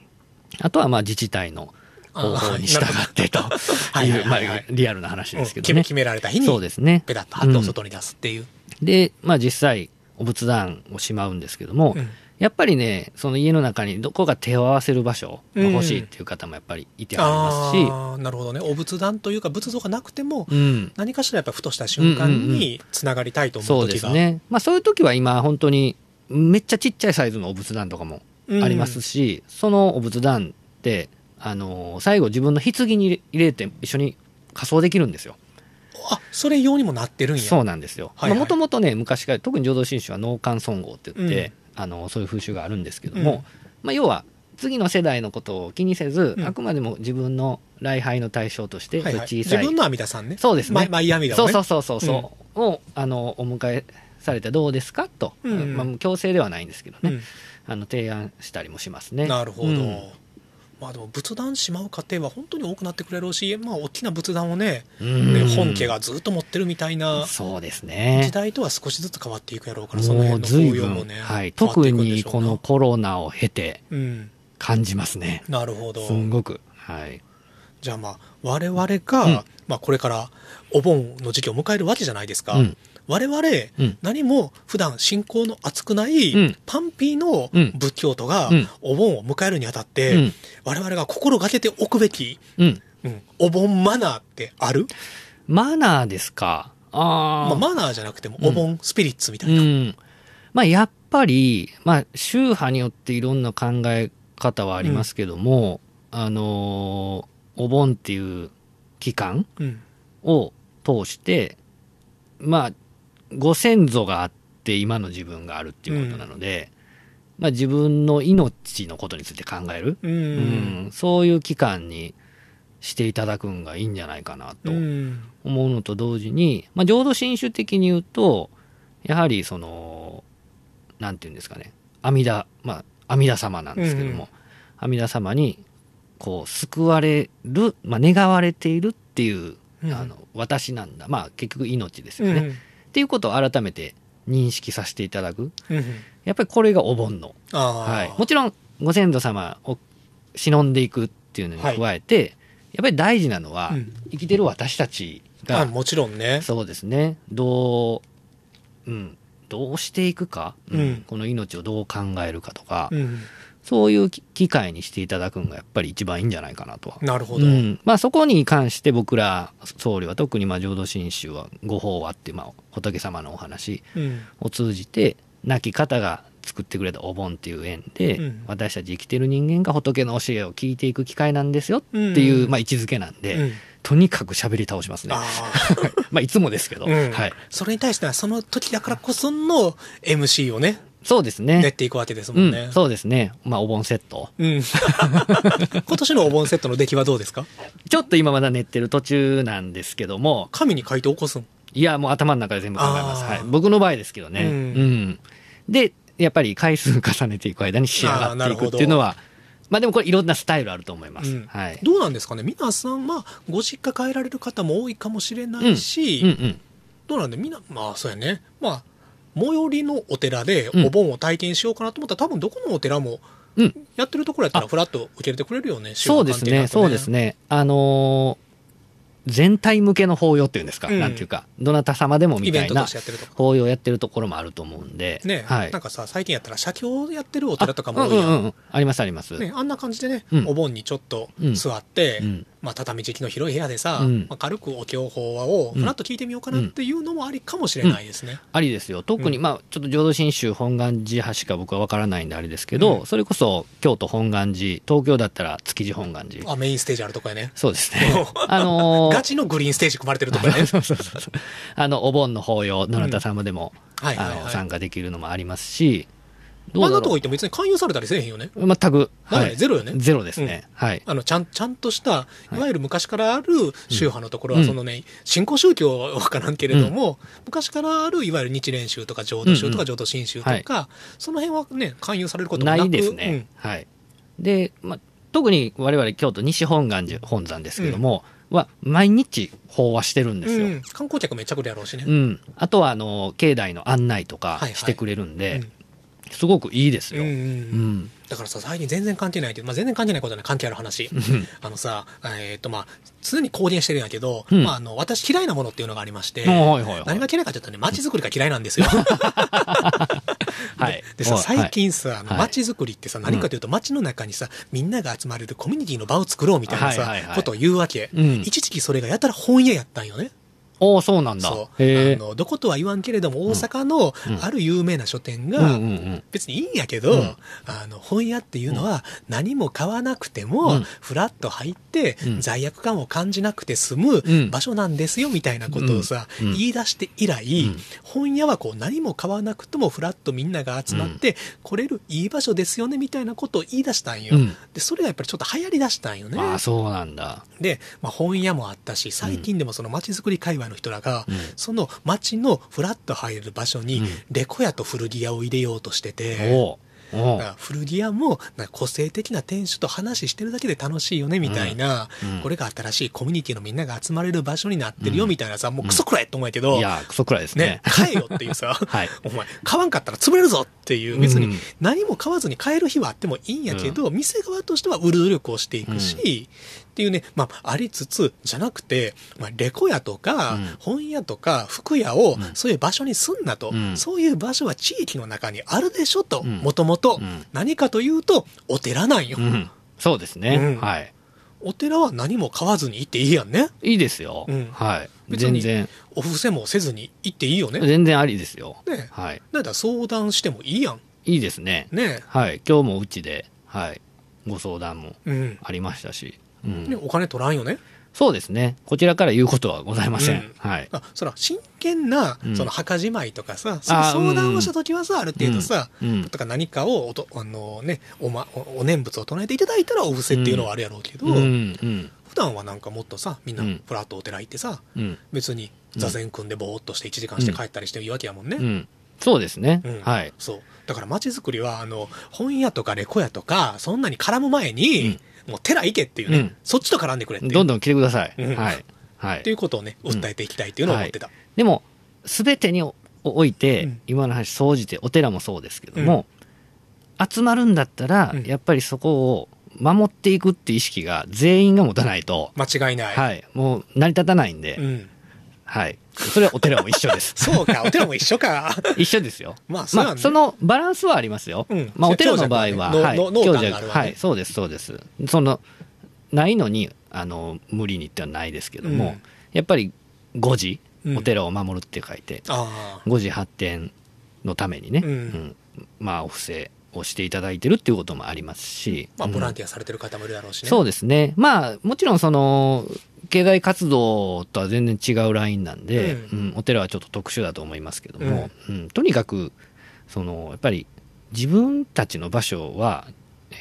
あとはまあ自治体の方法に従ってとあーいなるほう、どまはいはいはいあ、リアルな話うんですけ決どめね。決められた日にそうですね。ペタッと貼ってお外に出すっていう。で、まあ実際、お仏壇をしまうんですけども、うんやっぱりね、その家の中にどこか手を合わせる場所が欲しいっていう方もやっぱりいてはりまあーなるほどねお仏壇というか仏像がなくてもすし、うん。何かしらやっぱふとした瞬間うんうんにつながりたいとそ思ううで時がすね。まあそういう時は今本当にめっちゃちっちゃいサイズのお仏壇とかもうんありますし、そのお仏壇って、あのー最後自分の棺に入れて一緒に仮装できるんですよ。あそれ用にもなってるんやそうなんですよ。はいはいもともとね、昔から、特に浄土真宗は納棺尊号って言って、あのそういう風習があるんですけども、うんまあ、要は、次の世代のことを気にせず、うんあくまでも自分の礼拝の対象として、はいはいそういう小自さい、分の阿弥陀さんねそうですねマイマイ阿弥陀をそうねそうそうそうそう、をあのお迎えされてどうですかと、うんうんまあ、強制ではないんですけどね、うんあの提案したりもしますね。なるほど、うんまあでも仏壇しまう家庭は本当に多くなってくれるし、まあ、大きな仏壇をね,、うんね本家がずっと持ってるみたいなそうですね。時代とは少しずつ変わっていくやろうからそのもう辺の随応用分、もね、はい、変わって特いくんでにしょうこなのコロナを経てうん、感じますね。なるほどすんごく。はい。じゃあまあ我々が、うんまあ、これからお盆の時期を迎えるわけじゃないですか、うん我々うん何も普段信仰の厚くないうんパンピーのうん仏教徒がうんお盆を迎えるにあたっうてん。我々が心がけておくべき、うん。うんお盆マナーってあるマナーですか。あまあ。あ、マナーじゃなくてもお盆スピリッツみたういな、ん。まあ、やっぱり、まあ、宗派によっていろんな考え方はありますけども、あのーお盆っていう期間うんを通して、まあ、ご先祖があって今の自分があるっていうことなので、まあ、自分の命のことについて考える、うんうんそういう期間にしていただくんがいいんじゃないかなとうん思うのと同時に、まあ、浄土真宗的に言うとやはりそのなんて言うんですかね阿弥陀まあ阿弥陀様なんですけども、阿弥陀様にこう救われる、まあ、願われているっていう、うんあの私なんだまあ結局命ですうよね、っんていうことを改めて認識させていただくうんやっぱりこれがお盆の、ああ、はい、もちろんご先祖様を忍んでいくっていうのに加えて、やっぱり大事なのは、うん生きてる私たちあがもちろんねそうですね。どう、うん、どうしていくか、うんうんこの命をどう考えるかとか、うんそういうき機会にしていただくのがやっぱり一番いいんじゃないかなとは。なるほうど、ん、まあそこに関して僕ら僧侶は特にまあ浄土真宗は御法話っていうまあ仏様のお話うんを通じて亡き方が作ってくれたお盆っていう縁で、うん私たち生きてる人間が仏の教えを聞いていく機会なんですよっていう、うんまあ位置づけなんで、うんとにかく喋り倒しますね。ああまあいつもですけど、うんはい。それに対してはその時だからこその MC をね、そうですね。練っていくわけですもんね。うん、そうですね。まあ、お盆セット。うん 今年のお盆セットの出来はどうですかちょっと今まだ寝てる途中なんですけども、神に書いて起こすん。いや、もう頭の中で全部考えます。あーはい。僕の場合ですけどね。ううんん。で、やっぱり回数重ねていく間に仕上がっていくっていうのは、まあでもこれいろんなスタイルあると思います。うんはい。どうなんですかね皆さんはご実家帰られる方も多いかもしれないし、うんうん。どうなんでみんな、まあそうやね。まあ、最寄りのお寺でうんお盆を体験しようかなと思ったら、多分どこのお寺もうん。やってるところやったらフラッと受け入れてくれるよね。そうですね、そうですね。ね。あのー全体向けの法要っていうんですか、うんなんていうか、どなた様でもみイベたンいトとなしてやってるとか。法要やってるところもあると思うんで。ね、はいなん。かさ、最近やったら写経をやってるお寺とかも多いやん。うんうんうん、ありますあります、ね、あんな感じでね、うんお盆にちょっとうん座って、うんまあ、畳敷きの広い部屋でさ、うんまあ、軽くお経法話をうんふらっと聞いてみようかなっていうのもありかもしれないですね。ありですよ特に、うまあちょっと浄土真宗本願寺派しか僕は分からないんであれですけど、うんそれこそ京都本願寺東京だったら築地本願寺あメインステージあるとこやね。そうですねあの ーガチのグリーンステージ組まれてるとこやね。そうそうそうそう あのお盆の法要どなた様でも、はいはあいのはい参。加できるのもありますしどあうんだなとろこう行っても別に勧誘されたりせえへんよね。全く、ないはい、ゼロよねゼロですね、はいあのちゃんちゃんとした、いわゆる昔からある宗派のところは、うんそのね、新興宗教 は分からんけれども、昔からあるいわゆる日蓮宗とか浄土宗とうんうかん浄土真宗とはいか、その辺はね、勧誘されることもななくいですね、はいで、ま、特に我々京都西本願寺本山ですけども、は毎日法話してるんですよ。うん観光客めっちゃ来るやろうしね。うん、あとはあの境内の案内とかいはいしてくれるんで、うんすごくいいですうんよ。ううんんだからさ、最近全然関係ないけど、まあ、全然関係ないことはない、関係ある話。あのさ、えーっと、まあ、常に公言してるんやけど、うんまあ、あの、私嫌いなものっていうのがありまして、もうはいはいはい何が嫌いかというとね、街づくりが嫌いなんですよ。はいでさ、はい最近さ、あのはい街づくりってさ、何かというと街の中にさ、みんなが集まれるコミュニティの場を作ろうみたいなはいはいさは、いことを言うわけ。うん一時期それがやたら本屋やったんよね。おおそうなんだ。そう。あへえ。の、どことは言わんけれども、大阪のうんある有名な書店うんうが、んうん。別にいいんやけど、うんあの本屋っていうのは何も買わなくても、うんふらっと入って、うん罪悪感を感じなくて済むうん場所なんですよみたいなことをさ、うん言い出して以来、うん本屋はこう何も買わなくてもふらっとみんなが集まって、来れるいい場所ですよねみたいなことを言い出したんよ。うんでそれがやっぱりちょっと流行りだしたんよね。ああそうなんだ。で、まあ、本屋もあったし最近でもその街づくり界隈の人らが、うんその街のフラッと入れる場所に、うんレコヤと古着屋を入れようとしてて。おおおだかうら古着屋もなんか個性的な店主と話してるだけで楽しいよねみたいな、うんうんこれが新しいコミュニティのみんなが集まれる場所になってるよみたいなさ、もうクソくらえって思うんやけど、いやークソくらいですねね。買えよっていうさ はい。お前買わんかったら潰れるぞっていう別うんに何も買わずに買える日はあってもいいんやけど、店側としては売る努力をしていくし、っていうね、まあ、ありつつじゃなくて、まあ、レコ屋とか、うん本屋とか服屋をうんそういう場所にすんなと、うんそういう場所は地域の中にあるでしょとうんもともとうん何かというとお寺なんよ、うん。そうですね。うんはい。お寺は何も買わずに行っていいやんねいいですよ。うんはい。別に全然お布施もせずに行っていいよね全然ありですよ。ねはい。だから相談してもいいやんいいですね。ねはい。今日もうちではいご相談もうんありましたし。うんね、お金取らんよね。そうですね。こちらから言うことはございません。うんはい。あそら、真剣なう、んその墓じまいとかさ、そのあー相談をした時はさ、ある程度さ、うんうんとか何かをおと、あのね、おま、おお念仏を唱えていただいたらお布施っていうのはあるやろうけど、うん、うん、普段はなんかもっとさ、みんなうん、ふらっとお寺行ってさ、うん、別に座禅組んでぼーっとして1時間して帰ったりしていいわけやもんね。うん。そうですね。うんはい。そう。だから街づくりは、あの、本屋とかレコ屋とか、そんなに絡む前に、もう寺行けっていうね、うんそっちと絡んでくれっていう。どんどん来てください。うんはい。はっていい。うことをね、訴えていきたいっていうのを思ってた。でも、すべてにおおいて、うん今の話、総じてお寺もそうですけども、集まるんだったら、うんやっぱりそこを守っていくって意識が全員が持たないと、間違いない。はい。もう成り立たないんで、うん。はい。それはお寺も一緒で す。そうか、お寺も一緒か。 一緒ですよ。まあ、そうまやあ、ね。そのバランスはありますよ。うんまあ、お寺の場合は、強弱がねはい、のの強濃淡があるわ弱、ねはい、そうです、そうです。その、ないのに、あの、無理にってはないですけども、うんやっぱり、5時、うんお寺を守るって書いて、ああ。 5時発展のためにね、うんうんまあ、お布施をしていただいてるっていうこともありますし、まあ、うんボランティアされてる方もいるだろうしね。そうですね。まあ、もちろんその、経済活動とは全然違うラインなんで、ううんんお寺はちょっと特殊だと思いますけども、うんとにかく、その、やっぱり自分たちの場所は、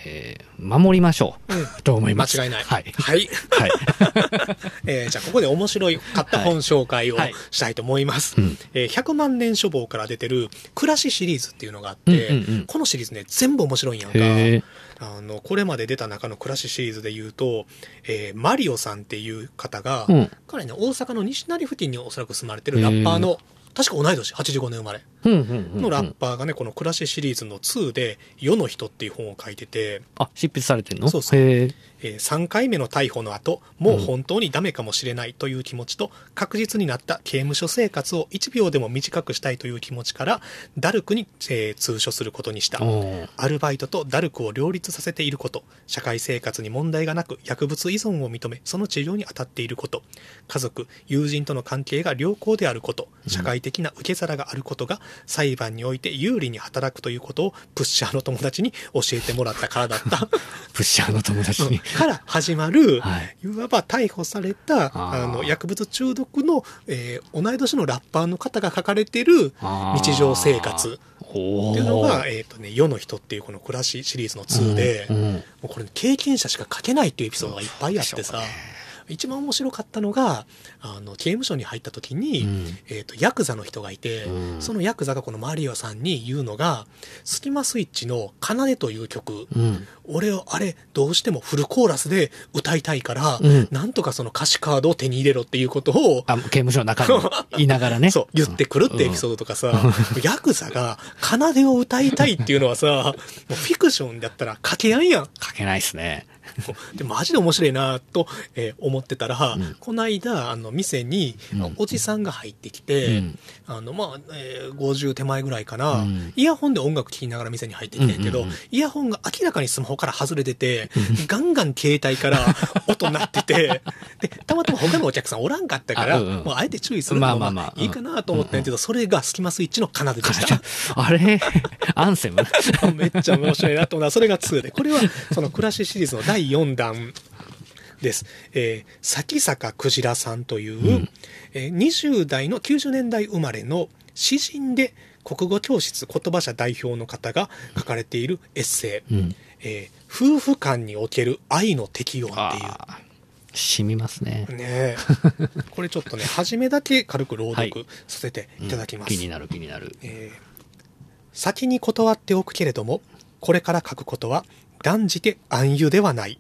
えー守りましょう、と思います。間違いない。はい。はい。はい。えーじゃあ、ここで面白い買った本紹介をはいしたいと思います。 うんえー100万年書房から出てる、暮らしシリーズっていうのがあって、うんうんうんこのシリーズね、全部面白いんやんか。へえ。あの、これまで出た中の暮らしシリーズで言うと、えーマリオさんっていう方が、うん彼ね、大阪の西成付近におそらく住まれてるラッパーの、確か同い年、85年生まれ。うんうんうんうんのラッパーがね、この暮らしシリーズの2で、世の人っていう本を書いてて、あ、執筆されてんのそうそうへえ。え3回目の逮捕の後、もう本当にダメかもしれないという気持ちと、確実になった刑務所生活を1秒でも短くしたいという気持ちから、ダルクに、えー通所することにした。おーアルバイトとダルクを両立させていること、社会生活に問題がなく薬物依存を認め、その治療に当たっていること、家族、友人との関係が良好であること、社会的な受け皿があることが裁判において有利に働くということをプッシャーの友達に教えてもらったからだった。 プッシャーの友達に。から始まる、はいい、わば逮捕されたああーの薬物中毒の、えー同い年のラッパーの方が書かれているあー日常生活おーっていうのが「えーとね、世の人」っていうこの暮らしシリーズの2で、うんうんもうこれ経験者しか書けないっていうエピソードがいっぱいあってさ、一番面白かったのがあの刑務所に入った時に、うんえー、とヤクザの人がいて、うんそのヤクザがこのマリオさんに言うのが「スキマスイッチ」の「奏」という曲うん俺をあれどうしてもフルコーラスで歌いたいから、うんなんとかその歌詞カードを手に入れろっていうことをあ刑務所の中にいながらね そう、言ってくるってエピソードとかさ、ヤクザが奏を歌いたいっていうの はさ、もうフィクションだったら掛け合いやん。書けないですねもう で、マジで面白いなと、えー思ってたら、うんこの間、あの、店にうん、おじさんが入ってきて、うんあの、まあ、えー50手前ぐらいかな、うんイヤホンで音楽聴きながら店に入ってきてんけど、うんうんうんイヤホンが明らかにスマホから外れてて、ガンガン携帯 から音鳴ってて、で、たまたま他のお客さんおらんかったから、あうんうんもうあえて注意するのまあもまあままああいいかなと思ったんやけど、それがスキマスイッチの奏ででした。あれアンセムめっちゃ面白いなと思ったらそれが2で、これはその暮らしシリーズの第4弾です。えー、先坂クジラさんという、うんえー20代の90年代生まれの詩人で国語教室言葉社代表の方が書かれているエッセイ、うんえー夫婦間における愛の適用っていう。あー染みますねねえこれちょっとね初めだけ軽く朗はい読させていただきます、気になる気になるえー先に断っておくけれどもこれから書くことは断じて暗喩ではない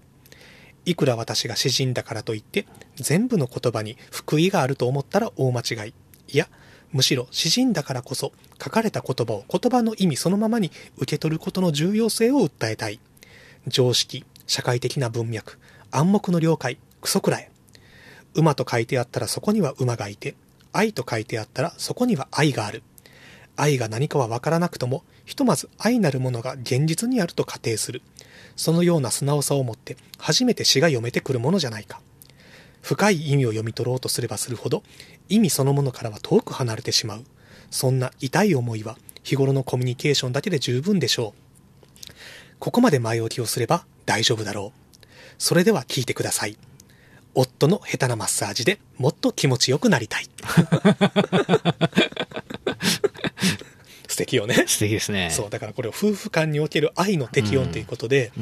いくら私が詩人だからといって全部の言葉に福意があると思ったら大間違いいやむしろ詩人だからこそ書かれた言葉を言葉の意味そのままに受け取ることの重要性を訴えたい常識社会的な文脈暗黙の了解クソくらえ馬と書いてあったらそこには馬がいて愛と書いてあったらそこには愛がある愛が何かは分からなくともひとまず愛なるものが現実にあると仮定するそのような素直さを持って初めて詩が読めてくるものじゃないか深い意味を読み取ろうとすればするほど意味そのものからは遠く離れてしまうそんな痛い思いは日頃のコミュニケーションだけで十分でしょうここまで前置きをすれば大丈夫だろうそれでは聞いてください夫の下手なマッサージでもっと気持ちよくなりたい 素敵よね素敵ですねそうだからこれを夫婦間における愛の適温ということで、う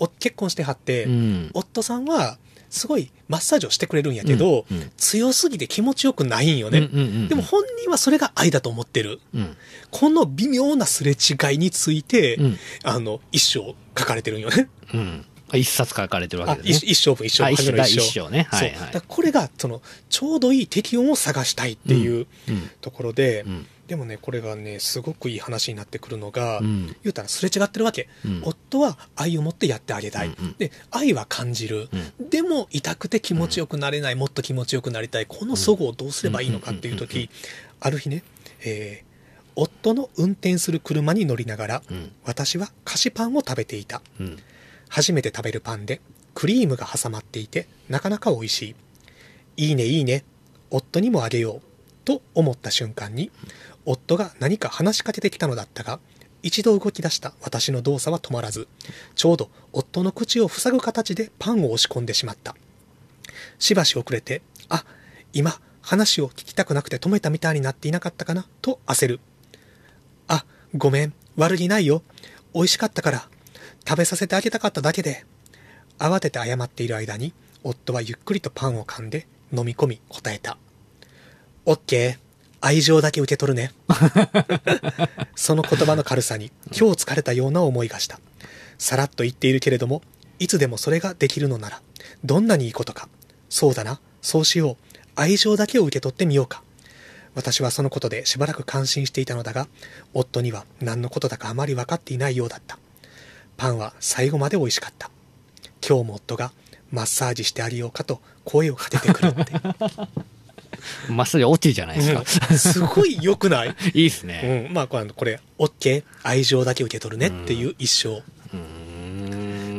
お結婚してはって、んうん夫さんはすごいマッサージをしてくれるんやけど、うんうん強すぎて気持ちよくないんよね、うんうんうんでも本人はそれが愛だと思ってるうんこの微妙なすれ違いについて、うんあの一生書かれてるんよねうんあ一冊書かれてるわあけです一ね一生分一生あ分初一章めの第一一生章ねはいそうはだいからこれがそのちょうどいい適温を探したいっていううんところで、うんでもねこれがねすごくいい話になってくるのが、うん言うたらすれ違ってるわけ、うん夫は愛を持ってやってあげたい、うんうんで愛は感じる、でも痛くて気持ちよくなれない、もっと気持ちよくなりたいこのそごをどうすればいいのかっていう時、うんうんある日ね、えー夫の運転する車に乗りながら、うん私は菓子パンを食べていたうん初めて食べるパンでクリームが挟まっていてなかなか美味しいいいねいいね夫にもあげようと思った瞬間に夫が何か話しかけてきたのだったが一度動き出した私の動作は止まらずちょうど夫の口を塞ぐ形でパンを押し込んでしまったしばし遅れて「あ今話を聞きたくなくて止めたみたいになっていなかったかな」と焦るあ、ごめん。悪気ないよ。美味しかったから。食べさせてあげたかっただけで。慌てて謝っている間に、夫はゆっくりとパンを噛んで飲み込み答えた。オッケー。愛情だけ受け取るね。その言葉の軽さに、今日疲れたような思いがした。さらっと言っているけれども、いつでもそれができるのなら、どんなにいいことか。そうだな。そうしよう。愛情だけを受け取ってみようか。私はそのことでしばらく感心していたのだが夫には何のことだかあまり分かっていないようだったパンは最後まで美味しかった今日も夫がマッサージしてあげようかと声をかけてくるって、まっすぐ落ちじゃないですかうんすごい良くない、いいですうねん、まあこれあのこれ OK 愛情だけ受け取るねっていう一生うーん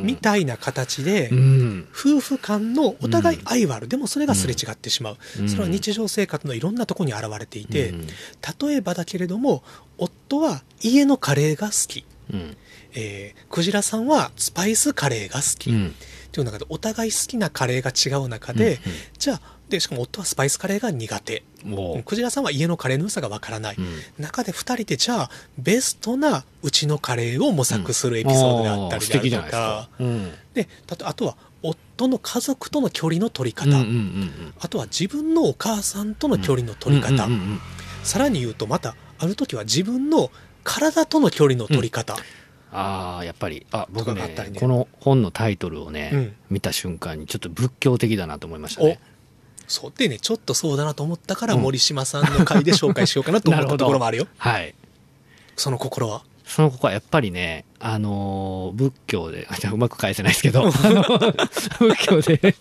みたいな形で、うん夫婦間のお互い愛はある、でもそれがすれ違ってしまう、うんそれは日常生活のいろんなところに現れていて、うん例えばだけれども夫は家のカレーが好き、うんえークジラさんはスパイスカレーが好き、うっんていう中でお互い好きなカレーが違う中で、うんうんじゃあでしかも夫はスパイスカレーが苦手もうクジラさんは家のカレーの良さがわからない、うん中で2人でじゃあベストなうちのカレーを模索するエピソードであったりあー素敵じゃだないとですかか、うんでたとあとは夫の家族との距離の取りうん方、うんうんうんあとは自分のお母さんとの距離の取り方、うんうんうんうんさらに言うとまたある時は自分の体との距離の取り方、ああやっぱりあ僕とかがあねったりねこの本のタイトルをね、うん見た瞬間にちょっと仏教的だなと思いましたね。そうでねちょっとそうだなと思ったからうん森島さんの回で紹介しようかなと思っ なるたほとどころもあるよはいその心はそのここはやっぱりね、あのー仏教で、 うまく返せないです けど、あの仏教で、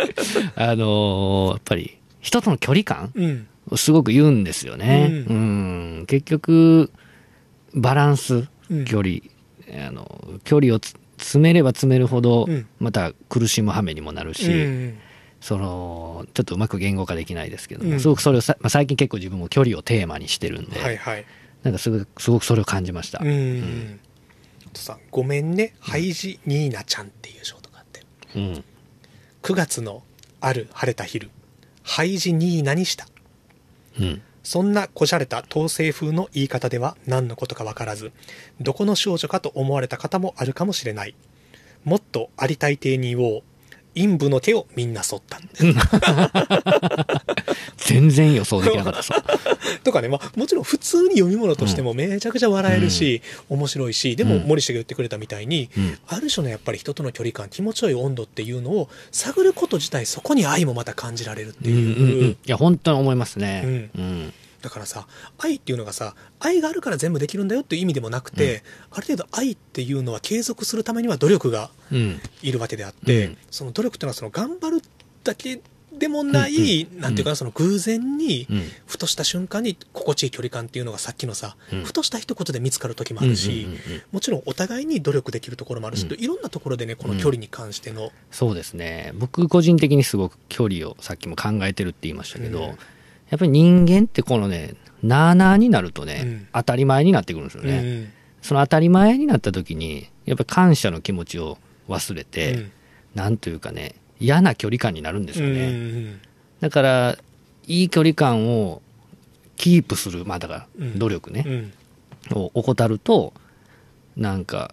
あのーやっぱり人との距離感うんをすごく言うんですよね。う、うん結局、バランス、うん距離、あの、距離をつ詰めれば詰めるほど、うんまた苦しむ羽目にもなるし、うんその、ちょっとうまく言語化できないですけども、うんすごくそれをさ、まあ、最近結構自分も距離をテーマにしてるんで、はいはいなんかすごくすごくそれを感じました。うん、あとさ「ごめんねハイジニーナちゃん」っていうショートがあってうん9月のある晴れた昼ハイジニーナにしたうんそんなこじゃれた統制風の言い方では何のことかわからず、どこの少女かと思われた方もあるかもしれない。もっとありたい体に言おう。陰部の手をみんな剃った。全然予想できなか ったです。とかね、まあもちろん普通に読み物としてもめちゃくちゃ笑えるし、面白いし、でもうん森下が言ってくれたみたいに、うんある種のやっぱり人との距離感、気持ちよい温度っていうのを探ること自体そこに愛もまた感じられるってうんいう。うんうんいや、本当に思いますね。うん。だからさ愛っていうのがさ愛があるから全部できるんだよっていう意味でもなくて、ある程度愛っていうのは継続するためには努力がうん。いるわけであって、うんその努力っていうのはその頑張るだけでもない、なんていうかなその偶然に、うん。ふとした瞬間に心地いい距離感っていうのがさっきのさ、うんふとした一言で見つかる時もあるし、うんうんうんうんもちろんお互いに努力できるところもあるし、うんいろんなところでねこの距離に関しての、そうですね。僕個人的にすごく距離をさっきも考えてるって言いましたけど、うんやっぱり人間ってこのね、なあなあになるとね、うん当たり前になってくるんですようんね。その当たり前になった時に、やっぱり感謝の気持ちを忘れて、うんなんというかね、嫌な距離感になるんですよね。うんだから、いい距離感をキープする、まあだから、うん努力ね、うんを怠るとなんか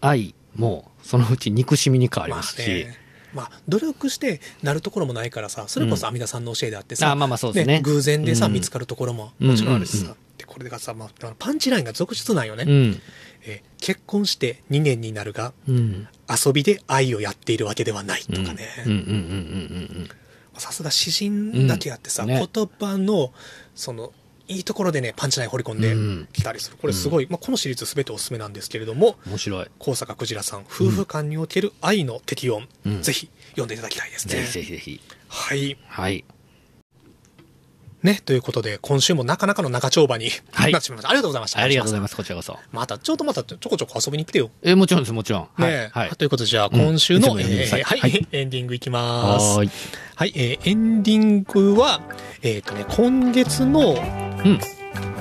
愛もそのうち憎しみに変わりますし、まあねまあ、努力してなるところもないからさそれこそ阿弥陀さんの教えであってあさ、まあまあそうですね偶然でさ、うん見つかるところももちろんあるしさ、うんうんでこれがさ、まあ、パンチラインが続出なんよね、うんえー結婚して2年になるがうん遊びで愛をやっているわけではないとかねうんうんうんうんさすが詩人だけあってさ、うんね言葉のそのいいところでねパンチライン掘り込んうでんきたりするこれすごい、まあ、このシリーズ全ておすすめなんですけれども面白い高坂クジラさん夫婦間における愛の適温、うんぜひ読んでいただきたいですね。ぜひぜひぜひはいはいね、ということで、今週もなかなかの長丁場に、はいなってしまいました。ありがとうございました。ありがとうございまますこちらこそす。また、ちょっとまた、ちょこちょこ遊びに来てよ。えもちろんですもちろんはい、ねはいということで、じゃあ、今週の、うんえいつものようにーははいい、 エンディングいきまはす。ーいはい、えーエンディングは、えっ、とね、今月のうん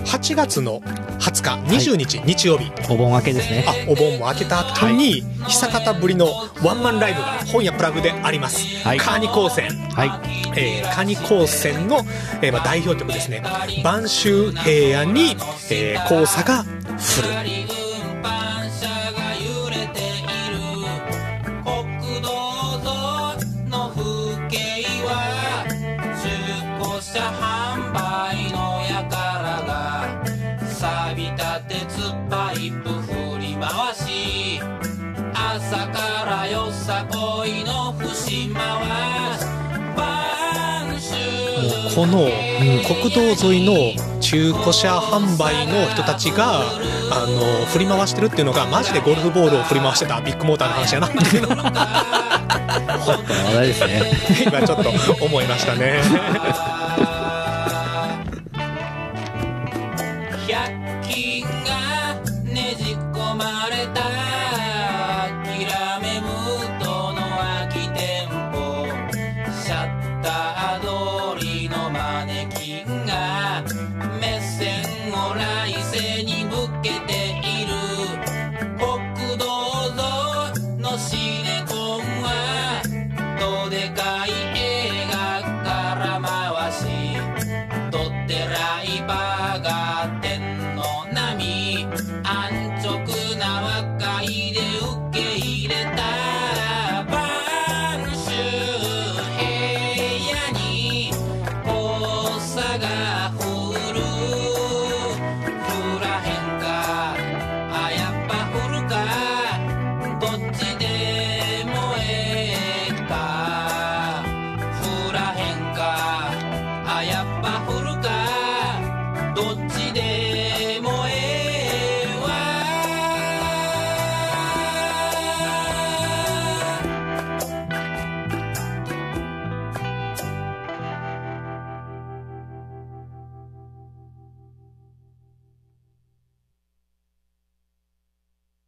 8月の20日、20日、日曜日、お盆明けですねあ、お盆も明けた後に、久方ぶりのワンマンライブが本屋プラグであります。はいカーニ高専。はいえー、カニ高専の、えーまあ、代表曲ですね「晩秋平野に、えー、黄砂が降る錆びた鉄パイプ振り回し朝からよさこいの節回し晩秋」もうこの、国道沿いの中古車販売の人たちがあの振り回してるっていうのがマジでゴルフボールを振り回してたビッグモーターの話やなっていうのがホットな話題ですね今ちょっと思いましたね。